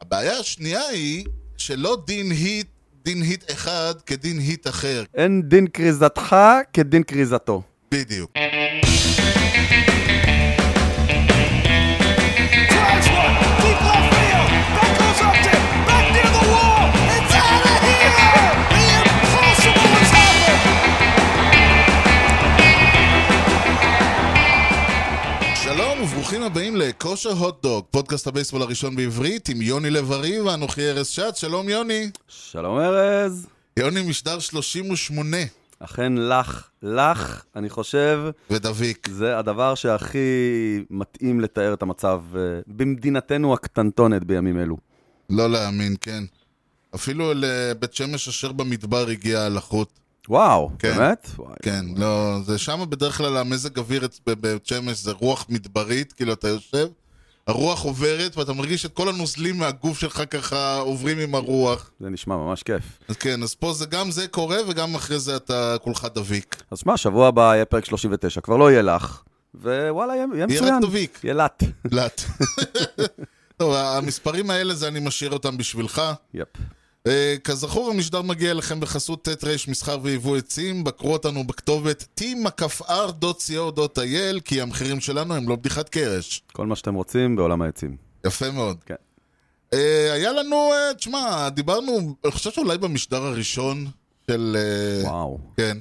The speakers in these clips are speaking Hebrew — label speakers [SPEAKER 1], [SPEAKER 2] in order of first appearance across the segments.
[SPEAKER 1] הבעיה השנייה היא שלא דין היט, דין היט אחד כדין היט אחר,
[SPEAKER 2] אין דין כריזתך כדין כריזתו.
[SPEAKER 1] בדיוק.
[SPEAKER 3] Drives one, deep left field. That goes up to, back near the wall. It's out of here. The impossible has happened.
[SPEAKER 1] שלום וברוכים הבאים לכושר הוטדוג, פודקאסט הבייסבול הראשון בעברית עם יוני לב-ארי ואנוכי ארז שץ, שלום יוני.
[SPEAKER 2] שלום ארז.
[SPEAKER 1] יוני משדר 38
[SPEAKER 2] אכן לך, לך, אני חושב,
[SPEAKER 1] ודביק.
[SPEAKER 2] זה הדבר שהכי מתאים לתאר את המצב אה, במדינתנו הקטנטונת בימים אלו.
[SPEAKER 1] לא להאמין, כן. אפילו לבית שמש אשר במדבר הגיע הלחות.
[SPEAKER 2] וואו,
[SPEAKER 1] כן.
[SPEAKER 2] באמת? וואי.
[SPEAKER 1] כן, לא, זה שם בדרך כלל המזג אוויר אצ- ב- בבית שמש זה רוח מדברית, כאילו אתה יושב, הרוח עוברת ואתה מרגיש את כל הנוזלים מהגוף שלך ככה עוברים עם הרוח.
[SPEAKER 2] זה נשמע ממש כיף.
[SPEAKER 1] אז כן, אז פה זה גם זה קורה וגם אחרי זה אתה כולך דביק.
[SPEAKER 2] אז שמע, שבוע הבא יהיה פרק 39, כבר לא יהיה לך, ווואלה, יהיה
[SPEAKER 1] יהיה
[SPEAKER 2] יהיה מצוין.
[SPEAKER 1] רק דביק.
[SPEAKER 2] יהיה לאט.
[SPEAKER 1] לאט. טוב, המספרים האלה זה אני משאיר אותם בשבילך.
[SPEAKER 2] יפ.
[SPEAKER 1] אה, כזכור, המשדר מגיע אליכם בחסות ט' ר' מסחר ויבוא עצים, בקרו אותנו בכתובת t.co.il, כי המחירים שלנו הם לא בדיחת קרש.
[SPEAKER 2] כל מה שאתם רוצים בעולם העצים.
[SPEAKER 1] יפה מאוד.
[SPEAKER 2] כן.
[SPEAKER 1] אה, היה לנו, אה, תשמע, דיברנו, אני חושב שאולי במשדר הראשון של... אה,
[SPEAKER 2] וואו.
[SPEAKER 1] כן.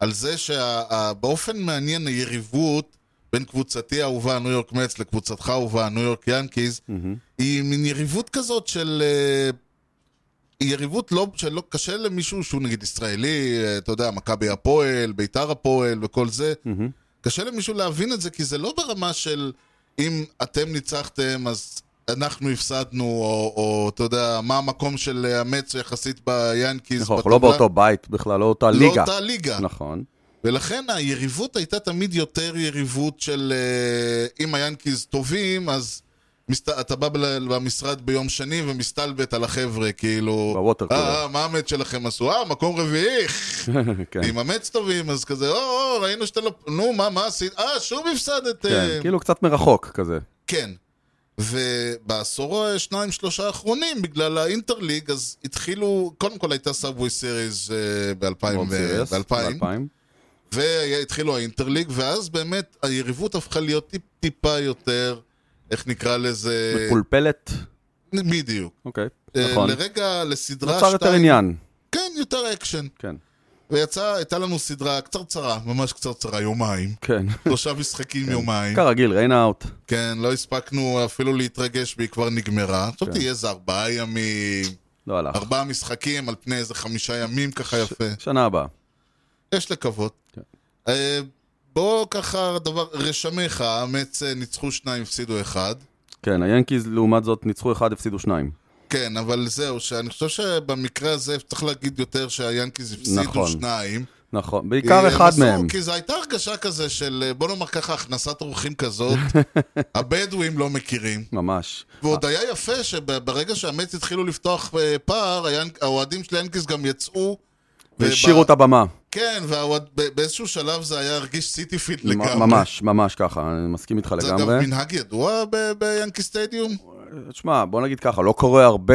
[SPEAKER 1] על זה שבאופן מעניין היריבות בין קבוצתי האהובה הניו יורק מצ לקבוצתך האהובה הניו יורק ינקיז,
[SPEAKER 2] מהמם.
[SPEAKER 1] היא מין יריבות כזאת של... אה, היא יריבות לא, שלא קשה למישהו שהוא נגיד ישראלי, אה, אתה יודע, מכבי הפועל, ביתר הפועל וכל זה,
[SPEAKER 2] מהמם.
[SPEAKER 1] קשה למישהו להבין את זה, כי זה לא ברמה של אם אתם ניצחתם אז אנחנו הפסדנו, או, או אתה יודע, מה המקום של אה, המץ יחסית ביאנקיז.
[SPEAKER 2] נכון, אנחנו לא
[SPEAKER 1] בטבלה.
[SPEAKER 2] באותו בית בכלל, לא אותה
[SPEAKER 1] לא
[SPEAKER 2] ליגה.
[SPEAKER 1] אותה ליגה.
[SPEAKER 2] נכון.
[SPEAKER 1] ולכן היריבות הייתה תמיד יותר יריבות של אה, אם היאנקיז טובים, אז מסת... אתה בא בל- למשרד ביום שני ומסתלבט על החבר'ה, כאילו...
[SPEAKER 2] בווטר קולר.
[SPEAKER 1] אה, אה, מה המץ שלכם עשו? אה, מקום רביעי.
[SPEAKER 2] כן.
[SPEAKER 1] עם המץ טובים, אז כזה, או, או, ראינו שאתה לא... נו, מה, מה עשית? אה, שוב הפסדתם.
[SPEAKER 2] כן, כאילו קצת מרחוק כזה.
[SPEAKER 1] כן. ובעשור השניים שלושה האחרונים, בגלל האינטרליג, אז התחילו, קודם כל הייתה אה, סאבווי סיריז
[SPEAKER 2] World Series,
[SPEAKER 1] ב-2000,
[SPEAKER 2] ב-אלפיים.
[SPEAKER 1] והתחילו האינטרליג, ואז באמת היריבות הפכה להיות טיפ-טיפה יותר, איך נקרא לזה...
[SPEAKER 2] מפולפלת,
[SPEAKER 1] בדיוק.
[SPEAKER 2] אוקיי,
[SPEAKER 1] אה,
[SPEAKER 2] נכון.
[SPEAKER 1] לרגע, לסדרה
[SPEAKER 2] נוצר יותר עניין,
[SPEAKER 1] כן, יותר אקשן.
[SPEAKER 2] כן.
[SPEAKER 1] ויצא, הייתה לנו סדרה קצרצרה, ממש קצרצרה, יומיים.
[SPEAKER 2] כן.
[SPEAKER 1] שלושה משחקים יומיים.
[SPEAKER 2] כרגיל, ריינאוט.
[SPEAKER 1] כן, לא הספקנו אפילו להתרגש, והיא כבר נגמרה. עכשיו
[SPEAKER 2] כן.
[SPEAKER 1] תהיה איזה ארבעה ימים,
[SPEAKER 2] לא הלך.
[SPEAKER 1] ארבעה משחקים על פני איזה חמישה ימים, ככה יפה.
[SPEAKER 2] שנה הבאה.
[SPEAKER 1] יש לקוות.
[SPEAKER 2] כן.
[SPEAKER 1] אה, בוא ככה, דבר, רשמיך, האמץ אה, ניצחו שניים, הפסידו אחד.
[SPEAKER 2] כן, היאנקיז לעומת זאת ניצחו אחד, הפסידו שניים.
[SPEAKER 1] כן, אבל זהו, שאני חושב שבמקרה הזה צריך להגיד יותר שהיאנקיז הפסידו
[SPEAKER 2] נכון.
[SPEAKER 1] שניים.
[SPEAKER 2] נכון, בעיקר
[SPEAKER 1] אה,
[SPEAKER 2] אחד
[SPEAKER 1] נסו,
[SPEAKER 2] מהם.
[SPEAKER 1] כי זו הייתה הרגשה כזה של, אה, בוא נאמר ככה, הכנסת אורחים כזאת, הבדואים לא מכירים.
[SPEAKER 2] ממש.
[SPEAKER 1] ועוד היה יפה שברגע שהמץ התחילו לפתוח אה, פער, היאנק- האוהדים של ינקיס גם יצאו.
[SPEAKER 2] והשאירו
[SPEAKER 1] וב-
[SPEAKER 2] את הבמה.
[SPEAKER 1] כן, ובאיזשהו שלב זה היה הרגיש סיטי פיט
[SPEAKER 2] מ-
[SPEAKER 1] לגמרי.
[SPEAKER 2] ממש, ממש ככה, אני מסכים איתך
[SPEAKER 1] זה אגב
[SPEAKER 2] לגמרי.
[SPEAKER 1] מנהג ידוע ב- ביאנקי סטדיום?
[SPEAKER 2] תשמע, בוא נגיד ככה, לא קורה הרבה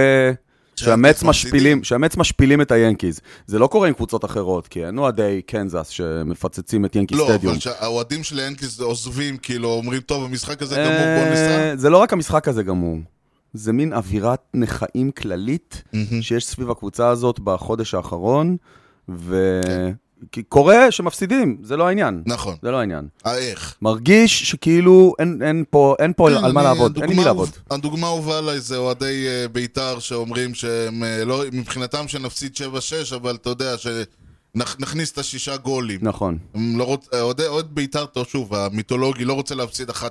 [SPEAKER 2] שהמץ
[SPEAKER 1] מפסידים.
[SPEAKER 2] משפילים, שהמץ משפילים את היאנקיז. זה לא קורה עם קבוצות אחרות, כי אין אוהדי קנזס שמפצצים את ינקי
[SPEAKER 1] לא,
[SPEAKER 2] סטדיום.
[SPEAKER 1] אבל שהאוהדים של ינקיס עוזבים, כאילו, אומרים, טוב, המשחק הזה גמור, בוא ניסע.
[SPEAKER 2] אה, זה לא רק המשחק הזה גמור, זה מין אווירת נכאים כללית
[SPEAKER 1] מהמם.
[SPEAKER 2] שיש סביב הקבוצה הזאת בחודש האחרון, וקורה שמפסידים, זה לא העניין.
[SPEAKER 1] נכון.
[SPEAKER 2] זה לא העניין.
[SPEAKER 1] אה, איך?
[SPEAKER 2] מרגיש שכאילו אין, אין פה, אין פה
[SPEAKER 1] כן,
[SPEAKER 2] על מה
[SPEAKER 1] אני-
[SPEAKER 2] לעבוד, אין עם מי
[SPEAKER 1] הדוגמה
[SPEAKER 2] לעבוד.
[SPEAKER 1] האהוב- הדוגמה האהובה עליי זה אוהדי אה, בית"ר שאומרים שהם אה, לא, מבחינתם שנפסיד 7-6, אבל אתה יודע, שנכניס את השישה גולים.
[SPEAKER 2] נכון,
[SPEAKER 1] הם לא רוצ... אוהד, אוהד בית"ר, טוב, שוב, המיתולוגי לא רוצה להפסיד 1-0.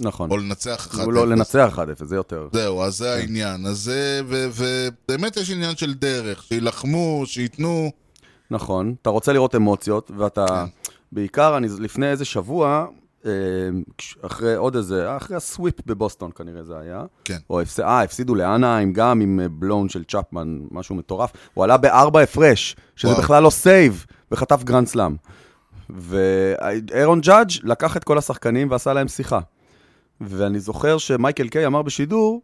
[SPEAKER 2] נכון.
[SPEAKER 1] או לנצח 1-0.
[SPEAKER 2] הוא לא לנצח כן. 1-0, זה יותר.
[SPEAKER 1] זהו, אז זה העניין. אז זה, ובאמת יש עניין של דרך, שיילחמו, שייתנו.
[SPEAKER 2] נכון, אתה רוצה לראות אמוציות, ואתה...
[SPEAKER 1] כן.
[SPEAKER 2] בעיקר, אני לפני איזה שבוע, אה, כש- אחרי עוד איזה, אחרי הסוויפ בבוסטון כנראה זה היה.
[SPEAKER 1] כן.
[SPEAKER 2] או הפס... אה, הפסידו לאנהיים גם עם אה, בלון של צ'פמן, משהו מטורף. הוא עלה בארבע הפרש, שזה
[SPEAKER 1] וואו.
[SPEAKER 2] בכלל לא סייב, וחטף גרנד סלאם. ואירון ג'אדג' לקח את כל השחקנים ועשה להם שיחה. ואני זוכר שמייקל קיי אמר בשידור,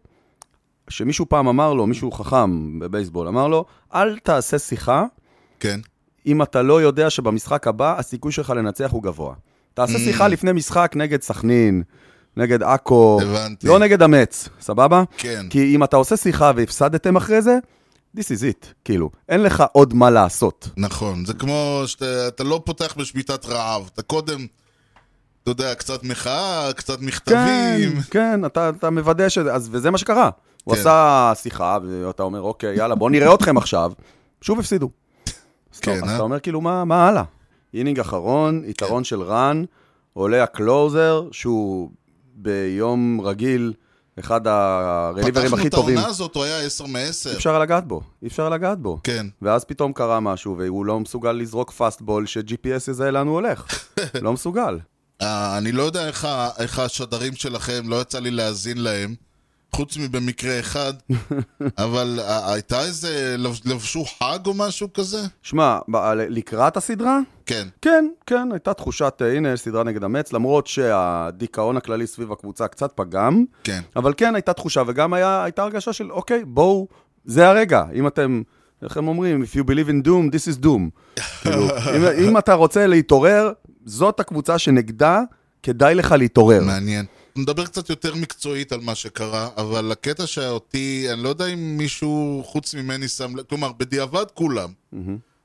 [SPEAKER 2] שמישהו פעם אמר לו, מישהו חכם בבייסבול, אמר לו, אל תעשה שיחה
[SPEAKER 1] כן.
[SPEAKER 2] אם אתה לא יודע שבמשחק הבא הסיכוי שלך לנצח הוא גבוה. תעשה שיחה לפני משחק נגד סכנין, נגד עכו,
[SPEAKER 1] הבנתי.
[SPEAKER 2] לא נגד אמץ, סבבה?
[SPEAKER 1] כן.
[SPEAKER 2] כי אם אתה עושה שיחה והפסדתם אחרי זה, this is it, כאילו, אין לך עוד מה לעשות.
[SPEAKER 1] נכון, זה כמו שאתה אתה לא פותח בשביתת רעב, אתה קודם, אתה יודע, קצת מחאה, קצת
[SPEAKER 2] כן,
[SPEAKER 1] מכתבים.
[SPEAKER 2] כן, אתה, אתה מוודא שזה, אז, וזה מה שקרה. הוא
[SPEAKER 1] כן.
[SPEAKER 2] עשה שיחה, ואתה אומר, אוקיי, יאללה, בוא נראה אתכם עכשיו. שוב הפסידו. אז אתה-
[SPEAKER 1] כן,
[SPEAKER 2] אז
[SPEAKER 1] אה? כן.
[SPEAKER 2] אתה אומר, כאילו, מה, מה הלאה? אינינג אחרון, יתרון של רן, עולה הקלוזר, שהוא ביום רגיל, אחד הרליברים
[SPEAKER 1] פתחנו
[SPEAKER 2] הכי
[SPEAKER 1] את
[SPEAKER 2] טובים.
[SPEAKER 1] העונה הזאת, הוא היה 10 מ-10.
[SPEAKER 2] אי אפשר לגעת בו, אי אפשר לגעת בו.
[SPEAKER 1] כן.
[SPEAKER 2] ואז פתאום קרה משהו, והוא לא מסוגל לזרוק פאסטבול ש-GPS יזהה לאן הוא הולך. לא מסוגל.
[SPEAKER 1] אה, אני לא יודע איך, ה- איך השדרים שלכם, לא יצא לי להאזין להם, חוץ מבמקרה אחד, אבל אה, הייתה איזה, לב- לבשו חג או משהו כזה?
[SPEAKER 2] שמע, ב- לקראת הסדרה,
[SPEAKER 1] כן,
[SPEAKER 2] כן, כן, הייתה תחושת, אה, הנה, סדרה נגד המץ, למרות שהדיכאון הכללי סביב הקבוצה קצת פגם,
[SPEAKER 1] כן.
[SPEAKER 2] אבל כן הייתה תחושה, וגם היה, הייתה הרגשה של, אוקיי, בואו, זה הרגע. אם אתם, איך הם אומרים, If you believe in doom, this is doom. כאילו, אם, אם אתה רוצה להתעורר, זאת הקבוצה שנגדה, כדאי לך להתעורר.
[SPEAKER 1] מעניין. נדבר קצת יותר מקצועית על מה שקרה, אבל הקטע שאותי, אני לא יודע אם מישהו חוץ ממני שם, לב- כלומר, בדיעבד כולם,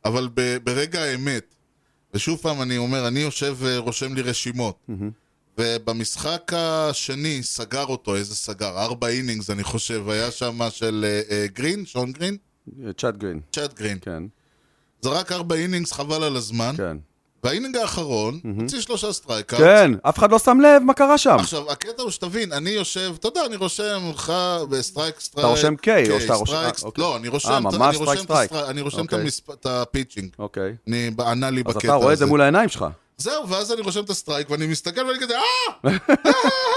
[SPEAKER 1] אבל ב, ברגע האמת, ושוב פעם אני אומר, אני יושב ורושם לי רשימות, ובמשחק השני סגר אותו, איזה סגר? ארבע אינינגס, אני חושב, היה שם של אה, אה, גרין, שון גרין?
[SPEAKER 2] צ'אט גרין,
[SPEAKER 1] צ'אט גרין.
[SPEAKER 2] כן,
[SPEAKER 1] זרק ארבע אינינגס, חבל על הזמן,
[SPEAKER 2] כן.
[SPEAKER 1] והאינינג האחרון, הוציא שלושה סטרייקאוט.
[SPEAKER 2] כן, אף אחד לא שם לב מה קרה שם.
[SPEAKER 1] עכשיו, הקטע הוא שתבין, אני יושב, אתה יודע, אני רושם לך בסטרייק, סטרייק.
[SPEAKER 2] רושם K, או שאתה רושם-
[SPEAKER 1] סטרייק,
[SPEAKER 2] אה, אוקיי.
[SPEAKER 1] לא, אני רושם,
[SPEAKER 2] אה,
[SPEAKER 1] את-
[SPEAKER 2] ממש
[SPEAKER 1] אני
[SPEAKER 2] סטרייק,
[SPEAKER 1] רושם את
[SPEAKER 2] סטרייק.
[SPEAKER 1] הסטרייק, אני רושם את
[SPEAKER 2] אוקיי.
[SPEAKER 1] המספ- את הפיצ'ינג.
[SPEAKER 2] אוקיי.
[SPEAKER 1] אני, ענה לי
[SPEAKER 2] אז
[SPEAKER 1] בקטע הזה.
[SPEAKER 2] אתה רואה את זה מול העיניים שלך.
[SPEAKER 1] זהו, ואז אני רושם את הסטרייק, ואני מסתכל ואני כזה, אה!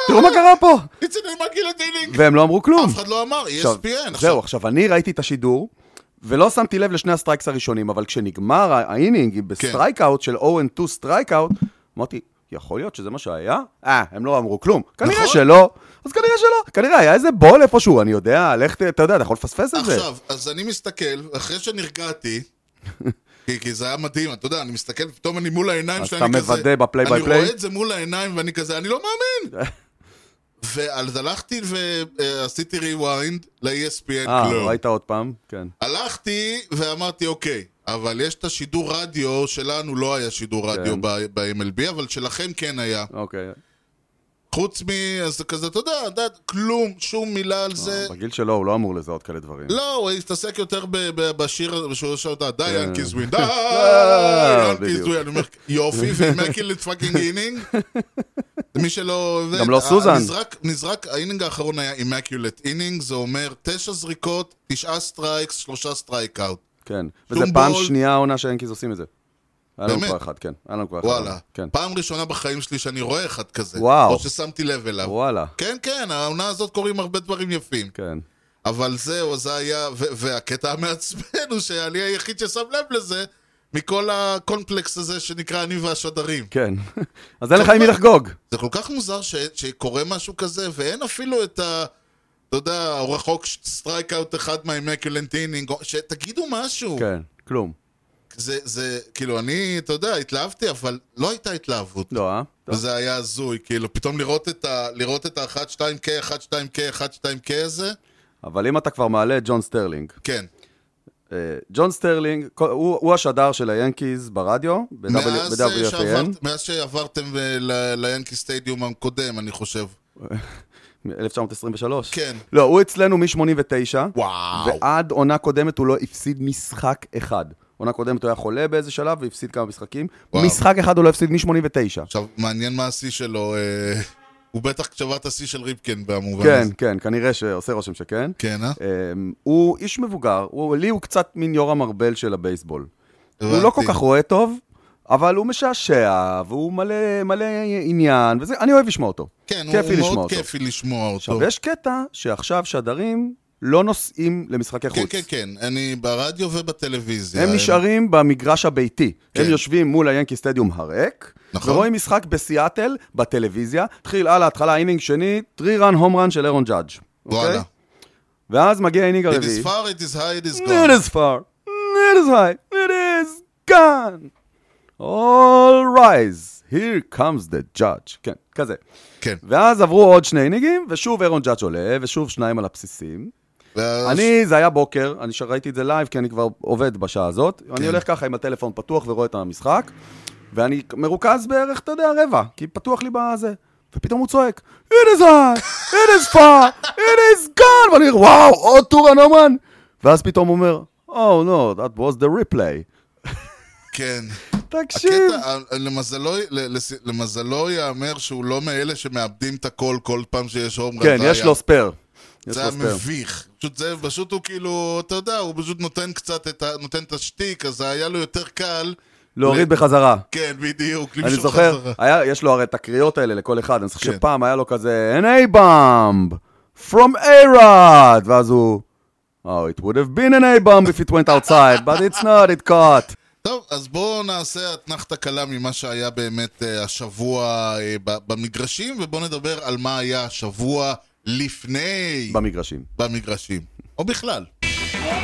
[SPEAKER 2] תראו מה קרה פה!
[SPEAKER 1] It's an immaculate inning!
[SPEAKER 2] והם לא אמרו כלום.
[SPEAKER 1] אף אחד לא אמר,
[SPEAKER 2] עכשיו,
[SPEAKER 1] ESPN.
[SPEAKER 2] זהו,
[SPEAKER 1] עכשיו,
[SPEAKER 2] עכשיו, אני ראיתי את השידור, ולא שמתי לב לשני הסטרייקס הראשונים, אבל כשנגמר ה- האינינג
[SPEAKER 1] כן.
[SPEAKER 2] בסטרייק אאוט של 0-2 סטרייק אאוט, אמרתי, יכול להיות שזה מה שהיה? אה, הם לא אמרו כלום. כנראה
[SPEAKER 1] נכון.
[SPEAKER 2] שלא, אז כנראה שלא. כנראה היה איזה בול איפשהו, אני יודע, לך, ת- אתה יודע, אתה יכול לפספס את זה.
[SPEAKER 1] עכשיו, אז אני מסתכל, אחרי שנרגעתי, כי, כי זה היה מדהים, אתה יודע, אני מסתכל, פתאום אני מול העיניים
[SPEAKER 2] אז
[SPEAKER 1] שלי,
[SPEAKER 2] אתה
[SPEAKER 1] אני כזה...
[SPEAKER 2] מוודא בפליי ביי
[SPEAKER 1] אני
[SPEAKER 2] פליי?
[SPEAKER 1] רואה את זה מול העיניים ואני כזה, אני לא מאמין! ואז הלכתי ועשיתי rewind ל-ESPN
[SPEAKER 2] אה,
[SPEAKER 1] Club.
[SPEAKER 2] ראית עוד פעם? כן.
[SPEAKER 1] הלכתי ואמרתי, אוקיי, אבל יש את השידור רדיו, שלנו לא היה שידור רדיו
[SPEAKER 2] כן.
[SPEAKER 1] ב- ב-MLB, אבל שלכם כן היה.
[SPEAKER 2] אוקיי.
[SPEAKER 1] חוץ מ... אז זה כזה, אתה יודע, אתה יודע, כלום, שום מילה
[SPEAKER 2] אה,
[SPEAKER 1] על זה.
[SPEAKER 2] בגיל שלו הוא לא אמור לזהות כאלה דברים.
[SPEAKER 1] לא, הוא התעסק יותר ב- ב- בשיר, בשיר שאתה, די,
[SPEAKER 2] כן. אה,
[SPEAKER 1] ינקיז ווין, די, ינקיז
[SPEAKER 2] בדיוק.
[SPEAKER 1] ווין, אני אומר, יופי, ומקילד פאקינג אינינג. מי שלא... זה-
[SPEAKER 2] גם לא סוזן.
[SPEAKER 1] נזרק- נזרק, האינינג האחרון היה אימקולט אינינג, זה אומר תשע זריקות, תשעה סטרייקס, שלושה סטרייק אאוט.
[SPEAKER 2] כן.
[SPEAKER 1] שום
[SPEAKER 2] וזה פעם
[SPEAKER 1] בול.
[SPEAKER 2] שנייה העונה שהאנקיז עושים את זה. היה לנו
[SPEAKER 1] באמת?
[SPEAKER 2] כבר אחד, כן. היה לנו כבר אחד.
[SPEAKER 1] וואלה.
[SPEAKER 2] כן.
[SPEAKER 1] פעם ראשונה בחיים שלי שאני רואה אחד כזה.
[SPEAKER 2] וואו.
[SPEAKER 1] או ששמתי לב אליו.
[SPEAKER 2] וואלה.
[SPEAKER 1] כן, כן, העונה הזאת קורים הרבה דברים יפים.
[SPEAKER 2] כן.
[SPEAKER 1] אבל זהו, זה היה, ו- והקטע המעצבן הוא שאני היחיד ששם לב לזה מכל הקונפלקס הזה שנקרא אני והשדרים.
[SPEAKER 2] כן. אז אין לך עם מי לחגוג.
[SPEAKER 1] זה כל כך מוזר ש- שקורה משהו כזה, ואין אפילו את ה... אתה יודע, הוא רחוק סטרייק אאוט אחד מהאימקולנט אינינג, או- שתגידו משהו.
[SPEAKER 2] כן, כלום.
[SPEAKER 1] זה, זה, כאילו, אני, אתה יודע, התלהבתי, אבל לא הייתה התלהבות.
[SPEAKER 2] לא, אה? טוב.
[SPEAKER 1] וזה היה הזוי, כאילו, פתאום לראות את ה... לראות את ה-1-2K, 1-2K, 1-2K הזה,
[SPEAKER 2] אבל אם אתה כבר מעלה את ג'ון סטרלינג,
[SPEAKER 1] כן.
[SPEAKER 2] אה, ג'ון סטרלינג, כל- הוא הוא השדר של היאנקיז ברדיו,
[SPEAKER 1] מאז, אה,
[SPEAKER 2] ב-WFAN,
[SPEAKER 1] שעברת- מאז שעברתם אה, ל- ליאנקי סטדיום הקודם, אני חושב.
[SPEAKER 2] 1923.
[SPEAKER 1] כן.
[SPEAKER 2] לא, הוא אצלנו מ-89,
[SPEAKER 1] וואו.
[SPEAKER 2] ועד עונה קודמת הוא לא הפסיד משחק אחד. עונה קודמת הוא היה חולה באיזה שלב והפסיד כמה משחקים.
[SPEAKER 1] וואו.
[SPEAKER 2] משחק אחד הוא לא הפסיד מ-89.
[SPEAKER 1] עכשיו, מעניין מה השיא שלו. אה, הוא בטח שבר את השיא של ריבקן במובן
[SPEAKER 2] כן,
[SPEAKER 1] הזה.
[SPEAKER 2] כן, כנראה שעושה רושם שכן.
[SPEAKER 1] כן, אה?
[SPEAKER 2] אמ, הוא איש מבוגר, הוא, לי הוא קצת מין יורם ארבל של הבייסבול. הוא
[SPEAKER 1] הבנתי.
[SPEAKER 2] לא כל כך רואה טוב, אבל הוא משעשע, והוא מלא, מלא עניין, וזה, אני אוהב לשמוע אותו.
[SPEAKER 1] כן, הוא
[SPEAKER 2] כיפי
[SPEAKER 1] הוא
[SPEAKER 2] לשמוע
[SPEAKER 1] מאוד
[SPEAKER 2] אותו.
[SPEAKER 1] כיפי לשמוע אותו.
[SPEAKER 2] עכשיו, יש קטע שעכשיו שדרים לא נוסעים למשחקי
[SPEAKER 1] כן,
[SPEAKER 2] חוץ.
[SPEAKER 1] כן, כן. אני ברדיו ובטלוויזיה. אה,
[SPEAKER 2] הם נשארים במגרש הביתי.
[SPEAKER 1] כן.
[SPEAKER 2] הם יושבים מול היאנקי סטדיום הריק,
[SPEAKER 1] נכון.
[SPEAKER 2] ורואים משחק בסיאטל, בטלוויזיה. התחיל על ההתחלה אינינג שני, טרי רן הום רן של אירון ג'אדג'. אוקיי?
[SPEAKER 1] וואלה.
[SPEAKER 2] ואז מגיע האינינג
[SPEAKER 1] It is
[SPEAKER 2] הרביעי.
[SPEAKER 1] far, it is high, it is
[SPEAKER 2] It
[SPEAKER 1] gone.
[SPEAKER 2] is far. It is high. It is gone. All rise. Here comes the judge. כן, כזה.
[SPEAKER 1] כן.
[SPEAKER 2] ואז עברו עוד שני אינינגים, ושוב אירון ג'אדג' עולה, ושוב שניים על הבסיסים.
[SPEAKER 1] ואז-
[SPEAKER 2] אני, זה היה בוקר, אני ש- ראיתי את זה לייב, כי אני כבר עובד בשעה הזאת. אני הולך ככה עם הטלפון פתוח ורואה את המשחק, ואני מרוכז בערך, אתה יודע, רבע, כי פתוח לי בזה. ופתאום הוא צועק, it is high, it is far, it is gone, ואני אומר, וואו, עוד טורן אומן. ואז פתאום הוא אומר, oh no, that was the replay.
[SPEAKER 1] כן.
[SPEAKER 2] תקשיב.
[SPEAKER 1] הקטע, ה- למזלו, ל- לס- למזלו ייאמר שהוא לא מאלה שמאבדים את הכל כל פעם שיש הום
[SPEAKER 2] כן, יש לו ספייר. יש
[SPEAKER 1] זה
[SPEAKER 2] לו
[SPEAKER 1] היה
[SPEAKER 2] ספייר.
[SPEAKER 1] מביך. פשוט זה, פשוט הוא כאילו, אתה יודע, הוא פשוט נותן קצת את ה... נותן את השטיק, אז היה לו יותר קל.
[SPEAKER 2] להוריד בחזרה.
[SPEAKER 1] כן, בדיוק.
[SPEAKER 2] אני
[SPEAKER 1] למשוך
[SPEAKER 2] זוכר,
[SPEAKER 1] חזרה.
[SPEAKER 2] היה, יש לו הרי את הקריאות האלה לכל אחד, אני זוכר
[SPEAKER 1] כן.
[SPEAKER 2] שפעם היה לו כזה, an A-bomb from A-Rod, ואז הוא, oh, it would have been an A-bomb if it went outside, but it's not, it caught.
[SPEAKER 1] טוב, אז בואו נעשה אתנחתא קלה ממה שהיה באמת אה, השבוע אה, ב- במגרשים, ובואו נדבר על מה היה השבוע לפני
[SPEAKER 2] במגרשים.
[SPEAKER 1] במגרשים. או בכלל.
[SPEAKER 4] One of the most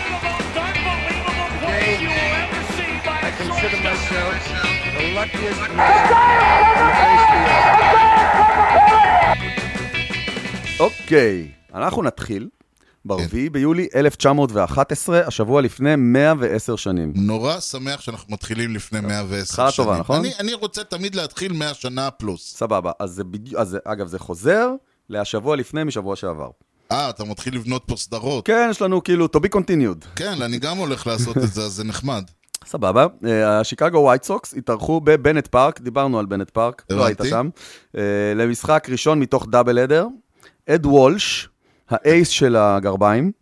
[SPEAKER 4] unbelievable plays you will ever see by a
[SPEAKER 5] consider
[SPEAKER 4] shortstop.
[SPEAKER 5] myself the luckiest man.
[SPEAKER 2] אוקיי, אנחנו נתחיל ב-4 ביולי 1911, השבוע לפני 110 שנים.
[SPEAKER 1] נורא שמח שאנחנו מתחילים לפני 110 שנים.
[SPEAKER 2] התחלה טובה, נכון?
[SPEAKER 1] אני, אני רוצה תמיד להתחיל 100 שנה פלוס.
[SPEAKER 2] סבבה, אז זה בדיוק, אז זה- אגב, זה חוזר להשבוע לפני משבוע שעבר.
[SPEAKER 1] אה, אתה מתחיל לבנות פה סדרות.
[SPEAKER 2] כן, יש לנו כאילו, to be continued.
[SPEAKER 1] כן, אני גם הולך לעשות את זה, אז זה נחמד.
[SPEAKER 2] סבבה, אה, השיקגו ווייט סוקס התארחו בבנט פארק, דיברנו על בנט פארק, לא היית
[SPEAKER 1] הבנתי.
[SPEAKER 2] שם, אה, למשחק ראשון מתוך דאבל אדר. אד וולש, האייס של הגרביים,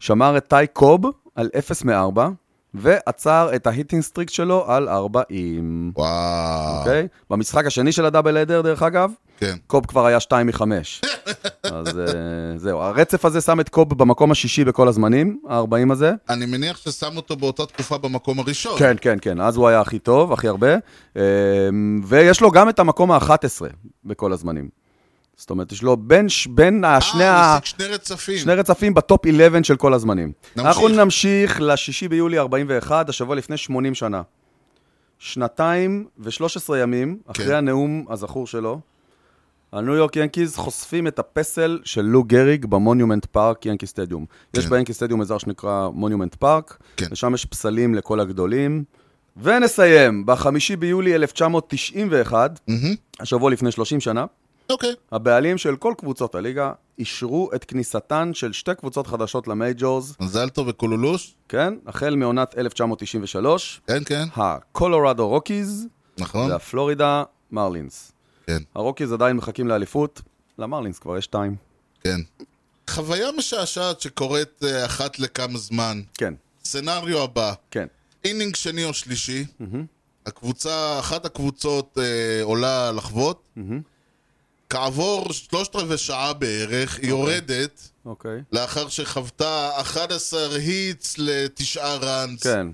[SPEAKER 2] שמר את טי קוב על 0 מ-4, ועצר את ההיטינג סטריק שלו על 40.
[SPEAKER 1] וואו.
[SPEAKER 2] אוקיי? במשחק השני של הדאבל אדר, דרך אגב,
[SPEAKER 1] כן.
[SPEAKER 2] קוב כבר היה 2 מ-5. אז אה, זהו, הרצף הזה שם את קוב במקום השישי בכל הזמנים, ה-40 הזה.
[SPEAKER 1] אני מניח ששם אותו באותה תקופה במקום הראשון.
[SPEAKER 2] כן, כן, כן, אז הוא היה הכי טוב, הכי הרבה. אמ, ויש לו גם את המקום ה-11 בכל הזמנים. זאת אומרת, יש לו בין, ש- בין השני,
[SPEAKER 1] אה,
[SPEAKER 2] ה...
[SPEAKER 1] הוא שיחק שני רצפים.
[SPEAKER 2] שני רצפים בטופ 11 של כל הזמנים.
[SPEAKER 1] נמשיך.
[SPEAKER 2] אנחנו נמשיך ל-6 ביולי 41, השבוע לפני 80 שנה. שנתיים ו-13 ימים אחרי
[SPEAKER 1] כן.
[SPEAKER 2] הנאום הזכור שלו, הניו יורק ינקיז חושפים את הפסל של לו גריג במונומנט פארק ינקי סטדיום. יש
[SPEAKER 1] כן.
[SPEAKER 2] ביינקי סטדיום אזור שנקרא מונומנט פארק,
[SPEAKER 1] כן.
[SPEAKER 2] ושם יש פסלים לכל הגדולים. ונסיים, בחמישי ביולי 1991,
[SPEAKER 1] מהמם.
[SPEAKER 2] השבוע לפני 30 שנה,
[SPEAKER 1] אוקיי.
[SPEAKER 2] הבעלים של כל קבוצות הליגה אישרו את כניסתן של שתי קבוצות חדשות למייג'ורס,
[SPEAKER 1] מזל טוב וקולולוש.
[SPEAKER 2] כן? החל מעונת 1993,
[SPEAKER 1] כן, כן.
[SPEAKER 2] הקולורדו רוקיז
[SPEAKER 1] נכון.
[SPEAKER 2] והפלורידה מרלינס.
[SPEAKER 1] כן,
[SPEAKER 2] הרוקיז עדיין מחכים לאליפות, למרלינס כבר יש שתיים.
[SPEAKER 1] כן. חוויה משעשעת שקורית אה, אחת לכמה זמן.
[SPEAKER 2] כן,
[SPEAKER 1] סצנריו הבא.
[SPEAKER 2] כן.
[SPEAKER 1] אינינג שני או שלישי, הקבוצה, אחת הקבוצות אה, עולה לחוות, כעבור שלושת רבעי שעה בערך, היא יורדת,
[SPEAKER 2] אוקיי.
[SPEAKER 1] לאחר שחוותה 11 היטס לתשעה ראנס,
[SPEAKER 2] כן.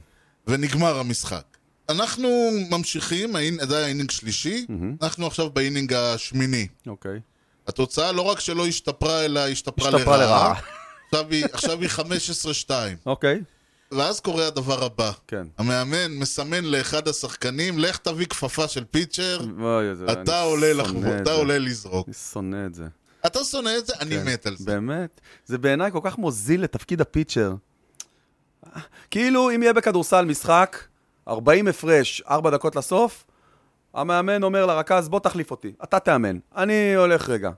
[SPEAKER 1] ונגמר המשחק. אנחנו ממשיכים, האינ- עדיין האינינג שלישי, אנחנו עכשיו באינינג השמיני.
[SPEAKER 2] אוקיי.
[SPEAKER 1] התוצאה לא רק שלא השתפרה, אלא השתפרה לרעה.
[SPEAKER 2] השתפרה לרעה.
[SPEAKER 1] עכשיו היא- עכשיו היא 15-2.
[SPEAKER 2] אוקיי.
[SPEAKER 1] ואז קורה הדבר הבא.
[SPEAKER 2] כן.
[SPEAKER 1] המאמן מסמן לאחד השחקנים, לך תביא כפפה של פיצ'ר,
[SPEAKER 2] אוי, איזה- אני
[SPEAKER 1] אתה עולה
[SPEAKER 2] שונא
[SPEAKER 1] לחוות,
[SPEAKER 2] את
[SPEAKER 1] אתה
[SPEAKER 2] זה.
[SPEAKER 1] עולה לזרוק.
[SPEAKER 2] אני שונא את זה.
[SPEAKER 1] אתה שונא את זה? אני
[SPEAKER 2] כן,
[SPEAKER 1] מת על זה.
[SPEAKER 2] באמת? זה בעיניי כל כך מוזיל את תפקיד הפיצ'ר. כאילו, אם יהיה בכדורסל משחק, 40 הפרש, 4 דקות לסוף, המאמן אומר לרכז, בוא תחליף אותי, אתה תאמן, אני הולך רגע.